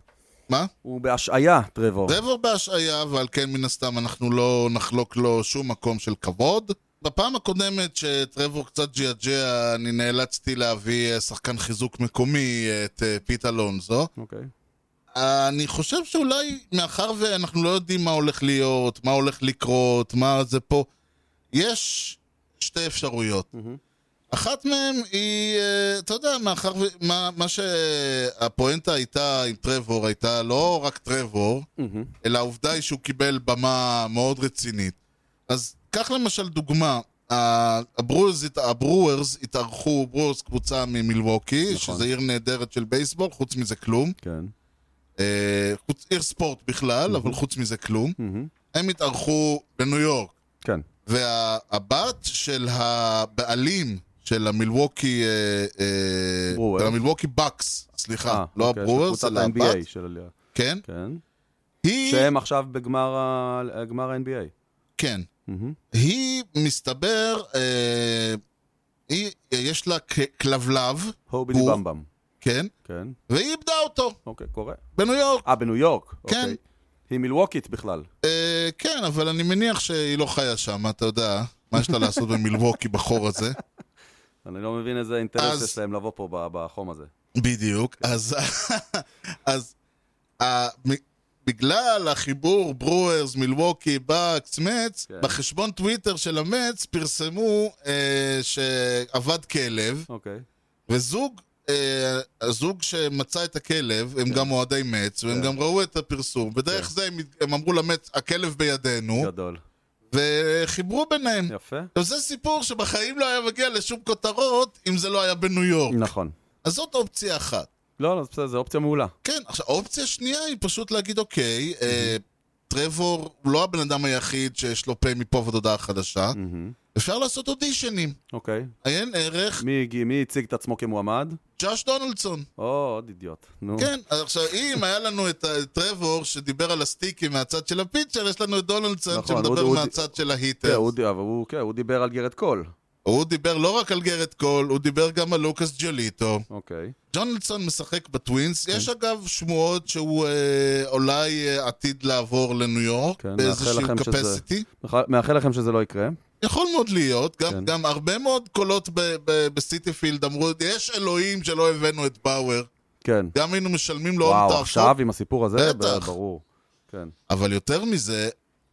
[SPEAKER 1] מה?
[SPEAKER 2] הוא בהשעיה, טרבור.
[SPEAKER 1] טרבור בהשעיה, ועל כן מן הסתם אנחנו לא נחלוק לו שום מקום של כבוד. בפעם הקודמת שטרבור קצת ג'יאג'יה, אני נאלצתי להביא אה, שחקן חיזוק מקומי, את אה, פיט אלונזו.
[SPEAKER 2] אוקיי.
[SPEAKER 1] אה, אני חושב שאולי, מאחר ואנחנו לא יודעים מה הולך להיות, מה הולך לקרות, מה זה פה, יש שתי אפשרויות. אחת מהן היא, אה, אתה יודע, מאחר ו... מה, מה שהפואנטה הייתה עם טרבור, הייתה לא רק טרבור,
[SPEAKER 2] מהמם.
[SPEAKER 1] אלא העובדה היא שהוא קיבל במה מאוד רצינית. אז קח למשל דוגמה, ה- הברוז, הברוארס התארחו, ברוארס קבוצה ממילווקי, נכון.
[SPEAKER 2] נכון.
[SPEAKER 1] שזה עיר נהדרת של בייסבול, חוץ מזה כלום.
[SPEAKER 2] כן.
[SPEAKER 1] אה, חוץ, עיר ספורט בכלל, אבל חוץ מזה כלום.
[SPEAKER 2] מהמם.
[SPEAKER 1] הם התארחו בניו יורק,
[SPEAKER 2] כן.
[SPEAKER 1] והבת של הבעלים של המילווקי, אה, אה,
[SPEAKER 2] ברוארס.
[SPEAKER 1] של המילווקי בקס, סליחה, לא
[SPEAKER 2] אוקיי,
[SPEAKER 1] הברוארס,
[SPEAKER 2] של
[SPEAKER 1] אלא
[SPEAKER 2] קבוצת
[SPEAKER 1] הבת,
[SPEAKER 2] ה-NBA של...
[SPEAKER 1] כן,
[SPEAKER 2] כן.
[SPEAKER 1] היא,
[SPEAKER 2] שהם עכשיו בגמר ה- גמר ה-NBA.
[SPEAKER 1] כן,
[SPEAKER 2] מהמם.
[SPEAKER 1] היא מסתבר, אה, היא, יש לה כ- כלבלב,
[SPEAKER 2] הובילי
[SPEAKER 1] הוא-
[SPEAKER 2] במבם.
[SPEAKER 1] כן,
[SPEAKER 2] כן.
[SPEAKER 1] והיא איבדה אותו,
[SPEAKER 2] אוקיי, קורה.
[SPEAKER 1] בניו יורק.
[SPEAKER 2] אה, בניו יורק.
[SPEAKER 1] כן.
[SPEAKER 2] אוקיי. היא מילווקית בכלל.
[SPEAKER 1] אה, כן, אבל אני מניח שהיא לא חיה שם, אתה יודע, מה יש לה לעשות במילווקי בחור הזה?
[SPEAKER 2] אני לא מבין איזה
[SPEAKER 1] אז-
[SPEAKER 2] אינטרס יש להם לבוא פה ב- בחום הזה.
[SPEAKER 1] בדיוק, אז, אז ה- מ- בגלל החיבור ברוארס, מילווקי, בקס, מצ,
[SPEAKER 2] כן.
[SPEAKER 1] בחשבון טוויטר של המץ פרסמו אה, שעבד כלב,
[SPEAKER 2] אוקיי.
[SPEAKER 1] וזוג, אה, הזוג שמצא את הכלב, הם גם אוהדי מצ, והם גם ראו את הפרסום. בדרך זה הם, הם אמרו למץ, הכלב בידינו,
[SPEAKER 2] גדול.
[SPEAKER 1] וחיברו ביניהם.
[SPEAKER 2] יפה.
[SPEAKER 1] עכשיו זה סיפור שבחיים לא היה מגיע לשום כותרות אם זה לא היה בניו יורק.
[SPEAKER 2] נכון.
[SPEAKER 1] אז זאת אופציה אחת.
[SPEAKER 2] לא, לא, זה בסדר, זו אופציה מעולה.
[SPEAKER 1] כן, עכשיו, האופציה השנייה היא פשוט להגיד, אוקיי, אה, טרבור הוא לא הבן אדם היחיד שיש לו פה מפה ועד הודעה חדשה, אפשר לעשות אודישנים.
[SPEAKER 2] אוקיי.
[SPEAKER 1] עיין ערך,
[SPEAKER 2] מי הגיע- מי הציג את עצמו כמועמד?
[SPEAKER 1] ג'וש דונלדסון.
[SPEAKER 2] או, עוד אידיוט. נו.
[SPEAKER 1] כן, אז עכשיו, אם היה לנו את ה- את טרבור שדיבר על הסטיקים מהצד של הפיצ'ר, יש לנו את דונלדסון
[SPEAKER 2] נכון, הוא-
[SPEAKER 1] שמדבר
[SPEAKER 2] הוא-
[SPEAKER 1] מהצד של
[SPEAKER 2] כן,
[SPEAKER 1] ההיטר.
[SPEAKER 2] הוא די- אבל הוא- כן, הוא דיבר על גרד קול.
[SPEAKER 1] הוא דיבר לא רק על גרד קול, הוא דיבר גם על לוקאס ג'ליטו.
[SPEAKER 2] אוקיי.
[SPEAKER 1] ג'ונלדסון משחק בטווינס,
[SPEAKER 2] כן.
[SPEAKER 1] יש אגב שמועות שהוא אה, אולי אה, עתיד לעבור לניו יורק
[SPEAKER 2] כן,
[SPEAKER 1] באיזשהו
[SPEAKER 2] מאחל לכם שזה-
[SPEAKER 1] capacity.
[SPEAKER 2] מאחל- מאחל לכם שזה לא יקרה.
[SPEAKER 1] יכול מאוד להיות, גם,
[SPEAKER 2] כן.
[SPEAKER 1] גם הרבה מאוד קולות ב- ב- בסיטיפילד אמרו, יש אלוהים שלא הבאנו את באואר,
[SPEAKER 2] כן.
[SPEAKER 1] גם היינו משלמים לו הון
[SPEAKER 2] וואו,
[SPEAKER 1] תועפות.
[SPEAKER 2] עכשיו עם הסיפור הזה?
[SPEAKER 1] לא בטח.
[SPEAKER 2] ברור. כן.
[SPEAKER 1] אבל יותר מזה,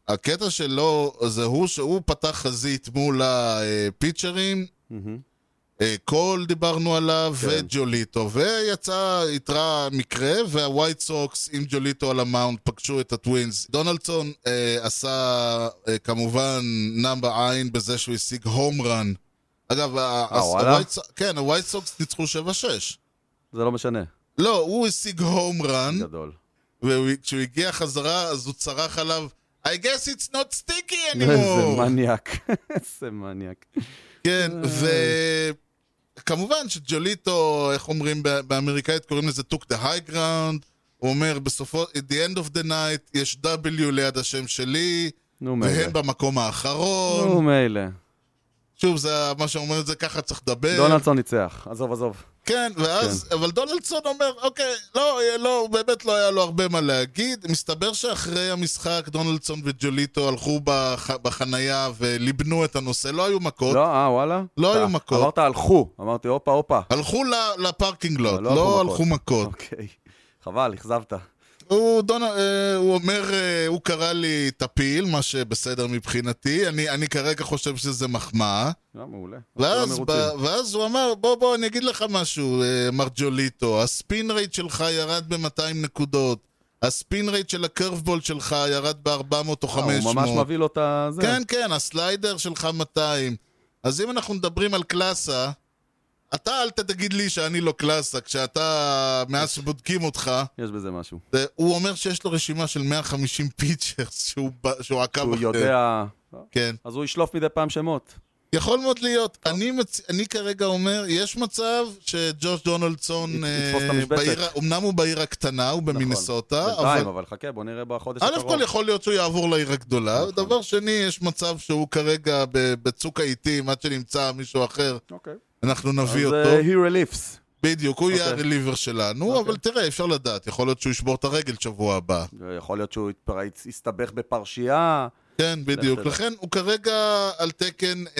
[SPEAKER 1] הקטע שלו זה הוא שהוא פתח חזית מול הפיצ'רים. אה, קול דיברנו עליו,
[SPEAKER 2] כן.
[SPEAKER 1] וג'וליטו, ויצא, התרע מקרה, והווייט סוקס עם ג'וליטו על המאונד פגשו את הטווינס. דונלדסון אה, עשה אה, כמובן נם בעין בזה שהוא השיג הום רן. אגב, ה-
[SPEAKER 2] אה,
[SPEAKER 1] הס-
[SPEAKER 2] וואלה?
[SPEAKER 1] הווייט סוקס- כן, הווייט סוקס ניצחו 7-6.
[SPEAKER 2] זה לא משנה.
[SPEAKER 1] לא, הוא השיג הום רן.
[SPEAKER 2] גדול.
[SPEAKER 1] וכשהוא הגיע חזרה, אז הוא צרח עליו, I guess it's not sticky
[SPEAKER 2] איזה
[SPEAKER 1] anymore.
[SPEAKER 2] מניאק. איזה מניאק.
[SPEAKER 1] כן, וכמובן שג'וליטו, איך אומרים ב- באמריקאית, קוראים לזה took the high ground. הוא אומר, בסופו, at the end of the night, יש W ליד השם שלי,
[SPEAKER 2] נו
[SPEAKER 1] והם
[SPEAKER 2] מילא.
[SPEAKER 1] במקום
[SPEAKER 2] נו
[SPEAKER 1] האחרון.
[SPEAKER 2] מילא.
[SPEAKER 1] שוב, זה מה שאומרים את זה, ככה צריך לדבר.
[SPEAKER 2] דונלדסון ניצח. עזוב, עזוב.
[SPEAKER 1] כן, ואז, כן. אבל דונלדסון אומר, אוקיי, לא, לא, הוא באמת לא היה לו הרבה מה להגיד. מסתבר שאחרי המשחק, דונלדסון וג'וליטו הלכו בח, בחנייה וליבנו את הנושא, לא היו מכות.
[SPEAKER 2] לא, אה, וואלה?
[SPEAKER 1] לא
[SPEAKER 2] אתה-
[SPEAKER 1] היו מכות.
[SPEAKER 2] אמרת הלכו. אמרתי, הופה, הופה.
[SPEAKER 1] הלכו ל, לפארקינג לוט,
[SPEAKER 2] אבל
[SPEAKER 1] לא, לא הלכו מכות.
[SPEAKER 2] אוקיי. חבל, אכזבת.
[SPEAKER 1] הוא, דונ, אה, הוא אומר, אה, הוא קרא לי טפיל, מה שבסדר מבחינתי, אני, אני כרגע חושב שזה מחמאה.
[SPEAKER 2] לא, מעולה. כולם
[SPEAKER 1] ואז, ב,
[SPEAKER 2] מרוצים. אה,
[SPEAKER 1] ואז הוא אמר, בוא בוא אני אגיד לך משהו, אה, מר ג'וליטו, הספין רייט שלך ירד ב-200 נקודות, הספין רייט של הקרבבול שלך ירד ב-400 או
[SPEAKER 2] אה,
[SPEAKER 1] 500.
[SPEAKER 2] הוא ממש מביא לו את הזה.
[SPEAKER 1] כן, כן, הסליידר שלך 200. אז אם אנחנו מדברים על קלאסה, אתה אל תגיד לי שאני לא קלאסה, כשאתה, מאז שבודקים אותך,
[SPEAKER 2] יש בזה משהו.
[SPEAKER 1] אה, הוא אומר שיש לו רשימה של 150 פיצ'רס שהוא, ב- שהוא עקב
[SPEAKER 2] הוא
[SPEAKER 1] אחריהם.
[SPEAKER 2] יודע...
[SPEAKER 1] כן.
[SPEAKER 2] אז הוא ישלוף מדי פעם שמות.
[SPEAKER 1] יכול מאוד להיות. אני, מצ... אני כרגע אומר, יש מצב שג'וש דונלדסון,
[SPEAKER 2] ית-
[SPEAKER 1] אה,
[SPEAKER 2] יתפוס את המשבצת.
[SPEAKER 1] בעיר- אמנם הוא בעיר הקטנה, הוא במינסוטה,
[SPEAKER 2] נכון.
[SPEAKER 1] אבל...
[SPEAKER 2] בינתיים, אבל חכה, בוא נראה בחודש
[SPEAKER 1] א'
[SPEAKER 2] הקרוב.
[SPEAKER 1] כל יכול להיות שהוא יעבור לעיר הגדולה,
[SPEAKER 2] נכון.
[SPEAKER 1] דבר שני, יש מצב שהוא כרגע ב- בצוק העיתים, עד שנמצא מישהו אחר,
[SPEAKER 2] אוקיי.
[SPEAKER 1] אנחנו נביא
[SPEAKER 2] אז
[SPEAKER 1] אותו.
[SPEAKER 2] אה, he reliefs.
[SPEAKER 1] בדיוק, הוא יהיה
[SPEAKER 2] אוקיי.
[SPEAKER 1] הרליבר שלנו, אבל תראה, אפשר לדעת, יכול להיות שהוא ישבור את הרגל שבוע הבא.
[SPEAKER 2] יכול להיות שהוא התפר- הסתבך בפרשייה.
[SPEAKER 1] כן, בדיוק.
[SPEAKER 2] תדע.
[SPEAKER 1] לכן הוא כרגע על תקן אה,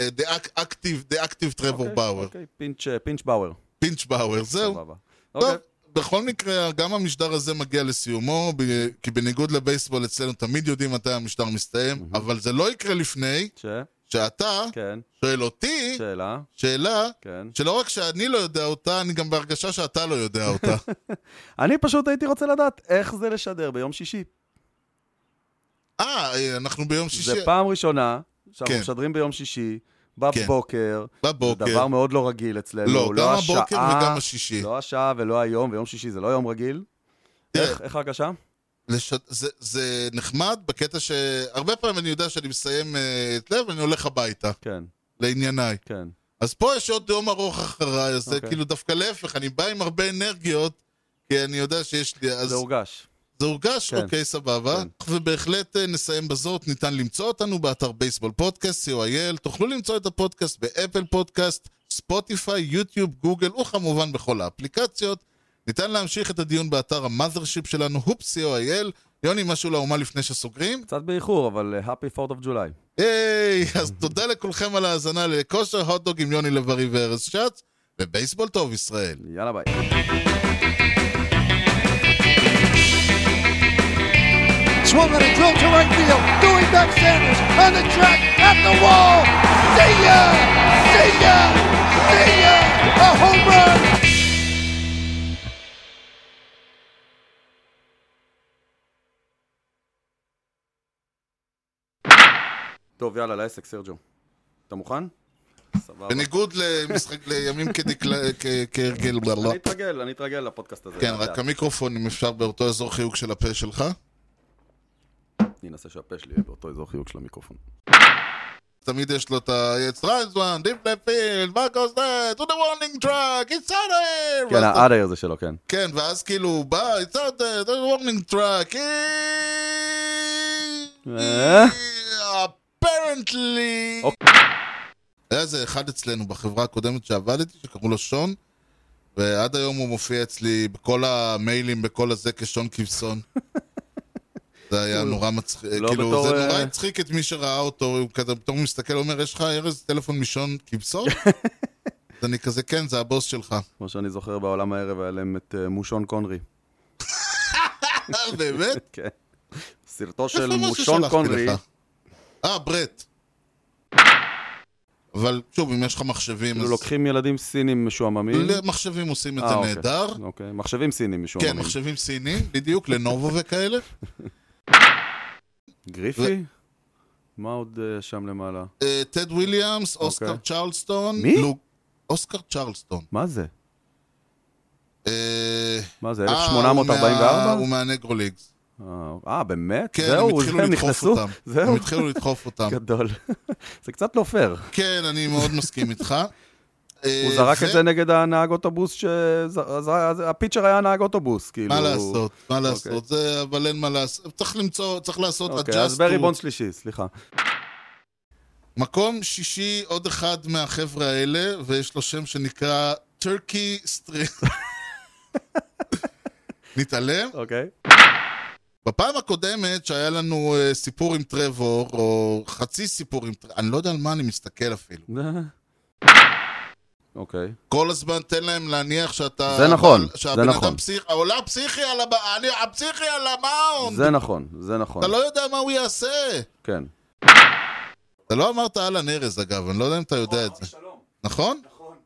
[SPEAKER 1] אה, the act- active- the active טרוור
[SPEAKER 2] אוקיי,
[SPEAKER 1] באואר,
[SPEAKER 2] אוקיי, פינץ' אה, פינץ' באואר.
[SPEAKER 1] פינץ' באואר, זהו.
[SPEAKER 2] סבבה.
[SPEAKER 1] טוב,
[SPEAKER 2] אוקיי.
[SPEAKER 1] בכל מקרה, גם המשדר הזה מגיע לסיומו, ב- כי בניגוד לבייסבול אצלנו תמיד יודעים מתי המשדר מסתיים, אבל זה לא יקרה לפני
[SPEAKER 2] ש...
[SPEAKER 1] שאתה
[SPEAKER 2] כן.
[SPEAKER 1] שואל אותי
[SPEAKER 2] שאלה.
[SPEAKER 1] שאלה
[SPEAKER 2] כן.
[SPEAKER 1] שלא רק שאני לא יודע אותה, אני גם בהרגשה שאתה לא יודע אותה.
[SPEAKER 2] אני פשוט הייתי רוצה לדעת איך זה לשדר ביום שישי.
[SPEAKER 1] אה, אה, אנחנו ביום שישי
[SPEAKER 2] זה פעם ראשונה שאנחנו
[SPEAKER 1] כן.
[SPEAKER 2] משדרים ביום שישי, בבוקר. זה
[SPEAKER 1] בבוקר.
[SPEAKER 2] דבר מאוד לא רגיל
[SPEAKER 1] לא,
[SPEAKER 2] אצלנו.
[SPEAKER 1] גם הבוקר
[SPEAKER 2] השעה,
[SPEAKER 1] וגם השישי.
[SPEAKER 2] לא השעה ולא היום, ויום שישי זה לא יום רגיל.
[SPEAKER 1] תראה.
[SPEAKER 2] איך- איך ההרגשה?
[SPEAKER 1] לש... זה, זה נחמד בקטע שהרבה פעמים אני יודע שאני מסיים אה, את לב ואני הולך הביתה,
[SPEAKER 2] כן,
[SPEAKER 1] לענייניי.
[SPEAKER 2] כן.
[SPEAKER 1] אז פה יש עוד יום ארוך אחריי, אז זה
[SPEAKER 2] אוקיי.
[SPEAKER 1] כאילו דווקא להפך, אני בא עם הרבה אנרגיות, כי אני יודע שיש לי, אז
[SPEAKER 2] זה הורגש.
[SPEAKER 1] זה הורגש,
[SPEAKER 2] כן.
[SPEAKER 1] אוקיי, סבבה. ובהחלט אה, נסיים בזאת, ניתן למצוא אותנו באתר בייסבול פודקאסט, co.il, תוכלו למצוא את הפודקאסט באפל פודקאסט, ספוטיפיי, יוטיוב, גוגל, וכמובן בכל האפליקציות. ניתן להמשיך את הדיון באתר המאזרשיפ שלנו, הופס, co.il. יוני, משהו לאומה לפני שסוגרים?
[SPEAKER 2] קצת באיחור, אבל אה, happy 4th of July.
[SPEAKER 1] היי, אז תודה לכולכם על ההאזנה לכושר הוטדוג עם יוני לב-ארי וארז שץ, ובייסבול טוב ישראל.
[SPEAKER 2] יאללה ביי.
[SPEAKER 3] Big
[SPEAKER 7] swung on a drill to right field. Doing back Sanders on the track at the wall. See ya! See ya! See ya! A home run!
[SPEAKER 2] טוב, יאללה, לעסק, סרג'ו. אתה מוכן? סבבה.
[SPEAKER 1] בניגוד למשחק לימים כדקל- כ- כהרגל ברלה.
[SPEAKER 2] אני אתרגל, אני אתרגל לפודקאסט הזה.
[SPEAKER 1] כן,
[SPEAKER 2] לאט
[SPEAKER 1] רק
[SPEAKER 2] לאט.
[SPEAKER 1] המיקרופון, אם אפשר, באותו אזור חיוג של הפה שלך.
[SPEAKER 2] אני אנסה שהפה שלי יהיה באותו אזור חיוג של המיקרופון.
[SPEAKER 1] תמיד יש לו את היצרן זמן, דיפ לפילד, מה קורה? to the warning truck, it's out
[SPEAKER 2] כן, האדר זה שלו, כן.
[SPEAKER 1] כן, ואז כאילו הוא בא, it's out there, there's a warning truck.
[SPEAKER 2] אה?
[SPEAKER 1] apparently.
[SPEAKER 2] אוקיי.
[SPEAKER 1] היה איזה אחד אצלנו בחברה הקודמת שעבדתי, שקראו לו שון, ועד היום הוא מופיע אצלי בכל המיילים, בכל הזה, כשון כבשון. זה היה נורא מצחיק,
[SPEAKER 2] לא
[SPEAKER 1] כאילו,
[SPEAKER 2] בתור,
[SPEAKER 1] זה
[SPEAKER 2] אה,
[SPEAKER 1] נורא הצחיק את מי שראה אותו, הוא כזה בתור מסתכל, אומר, יש לך ארז טלפון משון כבשון? אז אני כזה, כן, זה הבוס שלך.
[SPEAKER 2] כמו שאני זוכר, בעולם הערב היה להם את אה, מושון קונרי.
[SPEAKER 1] אה, באמת?
[SPEAKER 2] כן. סרטו של
[SPEAKER 1] איפה מה
[SPEAKER 2] מושון
[SPEAKER 1] ששלחתי
[SPEAKER 2] קונרי.
[SPEAKER 1] לא לך? אה, ברט. אבל שוב, אם יש לך מחשבים,
[SPEAKER 2] כאילו
[SPEAKER 1] אז...
[SPEAKER 2] לוקחים ילדים סינים משועממים.
[SPEAKER 1] מחשבים עושים את
[SPEAKER 2] אה,
[SPEAKER 1] זה
[SPEAKER 2] אוקיי.
[SPEAKER 1] לא, נהדר.
[SPEAKER 2] אוקיי, מחשבים סינים משועממים.
[SPEAKER 1] כן, מחשבים סינים, בדיוק, לנובו וכאלה.
[SPEAKER 2] גריפי? מה עוד אה, שם למעלה?
[SPEAKER 1] אה, טד וויליאמס, אוסקר
[SPEAKER 2] אוקיי.
[SPEAKER 1] צ'רלסטון.
[SPEAKER 2] מי?
[SPEAKER 1] לוק- אוסקר צ'רלסטון.
[SPEAKER 2] מה זה?
[SPEAKER 1] אה,
[SPEAKER 2] מה זה,
[SPEAKER 1] אה,
[SPEAKER 2] 1844?
[SPEAKER 1] הוא מה- הוא מהנגרוליגס.
[SPEAKER 2] אה, אה, באמת?
[SPEAKER 1] כן, הם
[SPEAKER 2] זהו,
[SPEAKER 1] התחילו
[SPEAKER 2] הם
[SPEAKER 1] לדחוף
[SPEAKER 2] נכנסו?
[SPEAKER 1] אותם. הם
[SPEAKER 2] זהו, כן.
[SPEAKER 1] התחילו לדחוף אותם.
[SPEAKER 2] גדול. זה קצת לא פייר.
[SPEAKER 1] כן, אני מאוד מסכים איתך.
[SPEAKER 2] הוא
[SPEAKER 1] אה,
[SPEAKER 2] זרק את זה נגד הנהג אוטובוס, ש- ז- אז- אז הפיצ'ר היה נהג אוטובוס, כאילו.
[SPEAKER 1] מה לעשות, מה לעשות,
[SPEAKER 2] אוקיי.
[SPEAKER 1] זה, אבל אין מה לעשות, צריך למצוא, צריך לעשות
[SPEAKER 2] אוקיי, אז
[SPEAKER 1] adjust
[SPEAKER 2] ברי
[SPEAKER 1] to-
[SPEAKER 2] בונד שלישי, סליחה.
[SPEAKER 1] מקום שישי, עוד אחד מהחבר'ה האלה, ויש לו שם שנקרא טורקי סטריט. נתעלם.
[SPEAKER 2] אוקיי.
[SPEAKER 1] בפעם הקודמת שהיה לנו אה, סיפור עם טרבור, או חצי סיפור עם טרבור, אני לא יודע על מה אני מסתכל אפילו.
[SPEAKER 2] אוקיי.
[SPEAKER 1] כל הזמן תן להם להניח שאתה...
[SPEAKER 2] זה נכון,
[SPEAKER 1] אבל-
[SPEAKER 2] זה
[SPEAKER 1] שהבן
[SPEAKER 2] נכון.
[SPEAKER 1] אדם פסיכי, העולם פסיכי על הבא, אני הפסיכי על המאונד.
[SPEAKER 2] זה נכון, זה נכון.
[SPEAKER 1] אתה לא יודע מה הוא יעשה.
[SPEAKER 2] כן.
[SPEAKER 1] אתה לא אמרת אהלן ארז, אגב, אני לא יודע אם אתה יודע את זה. נכון?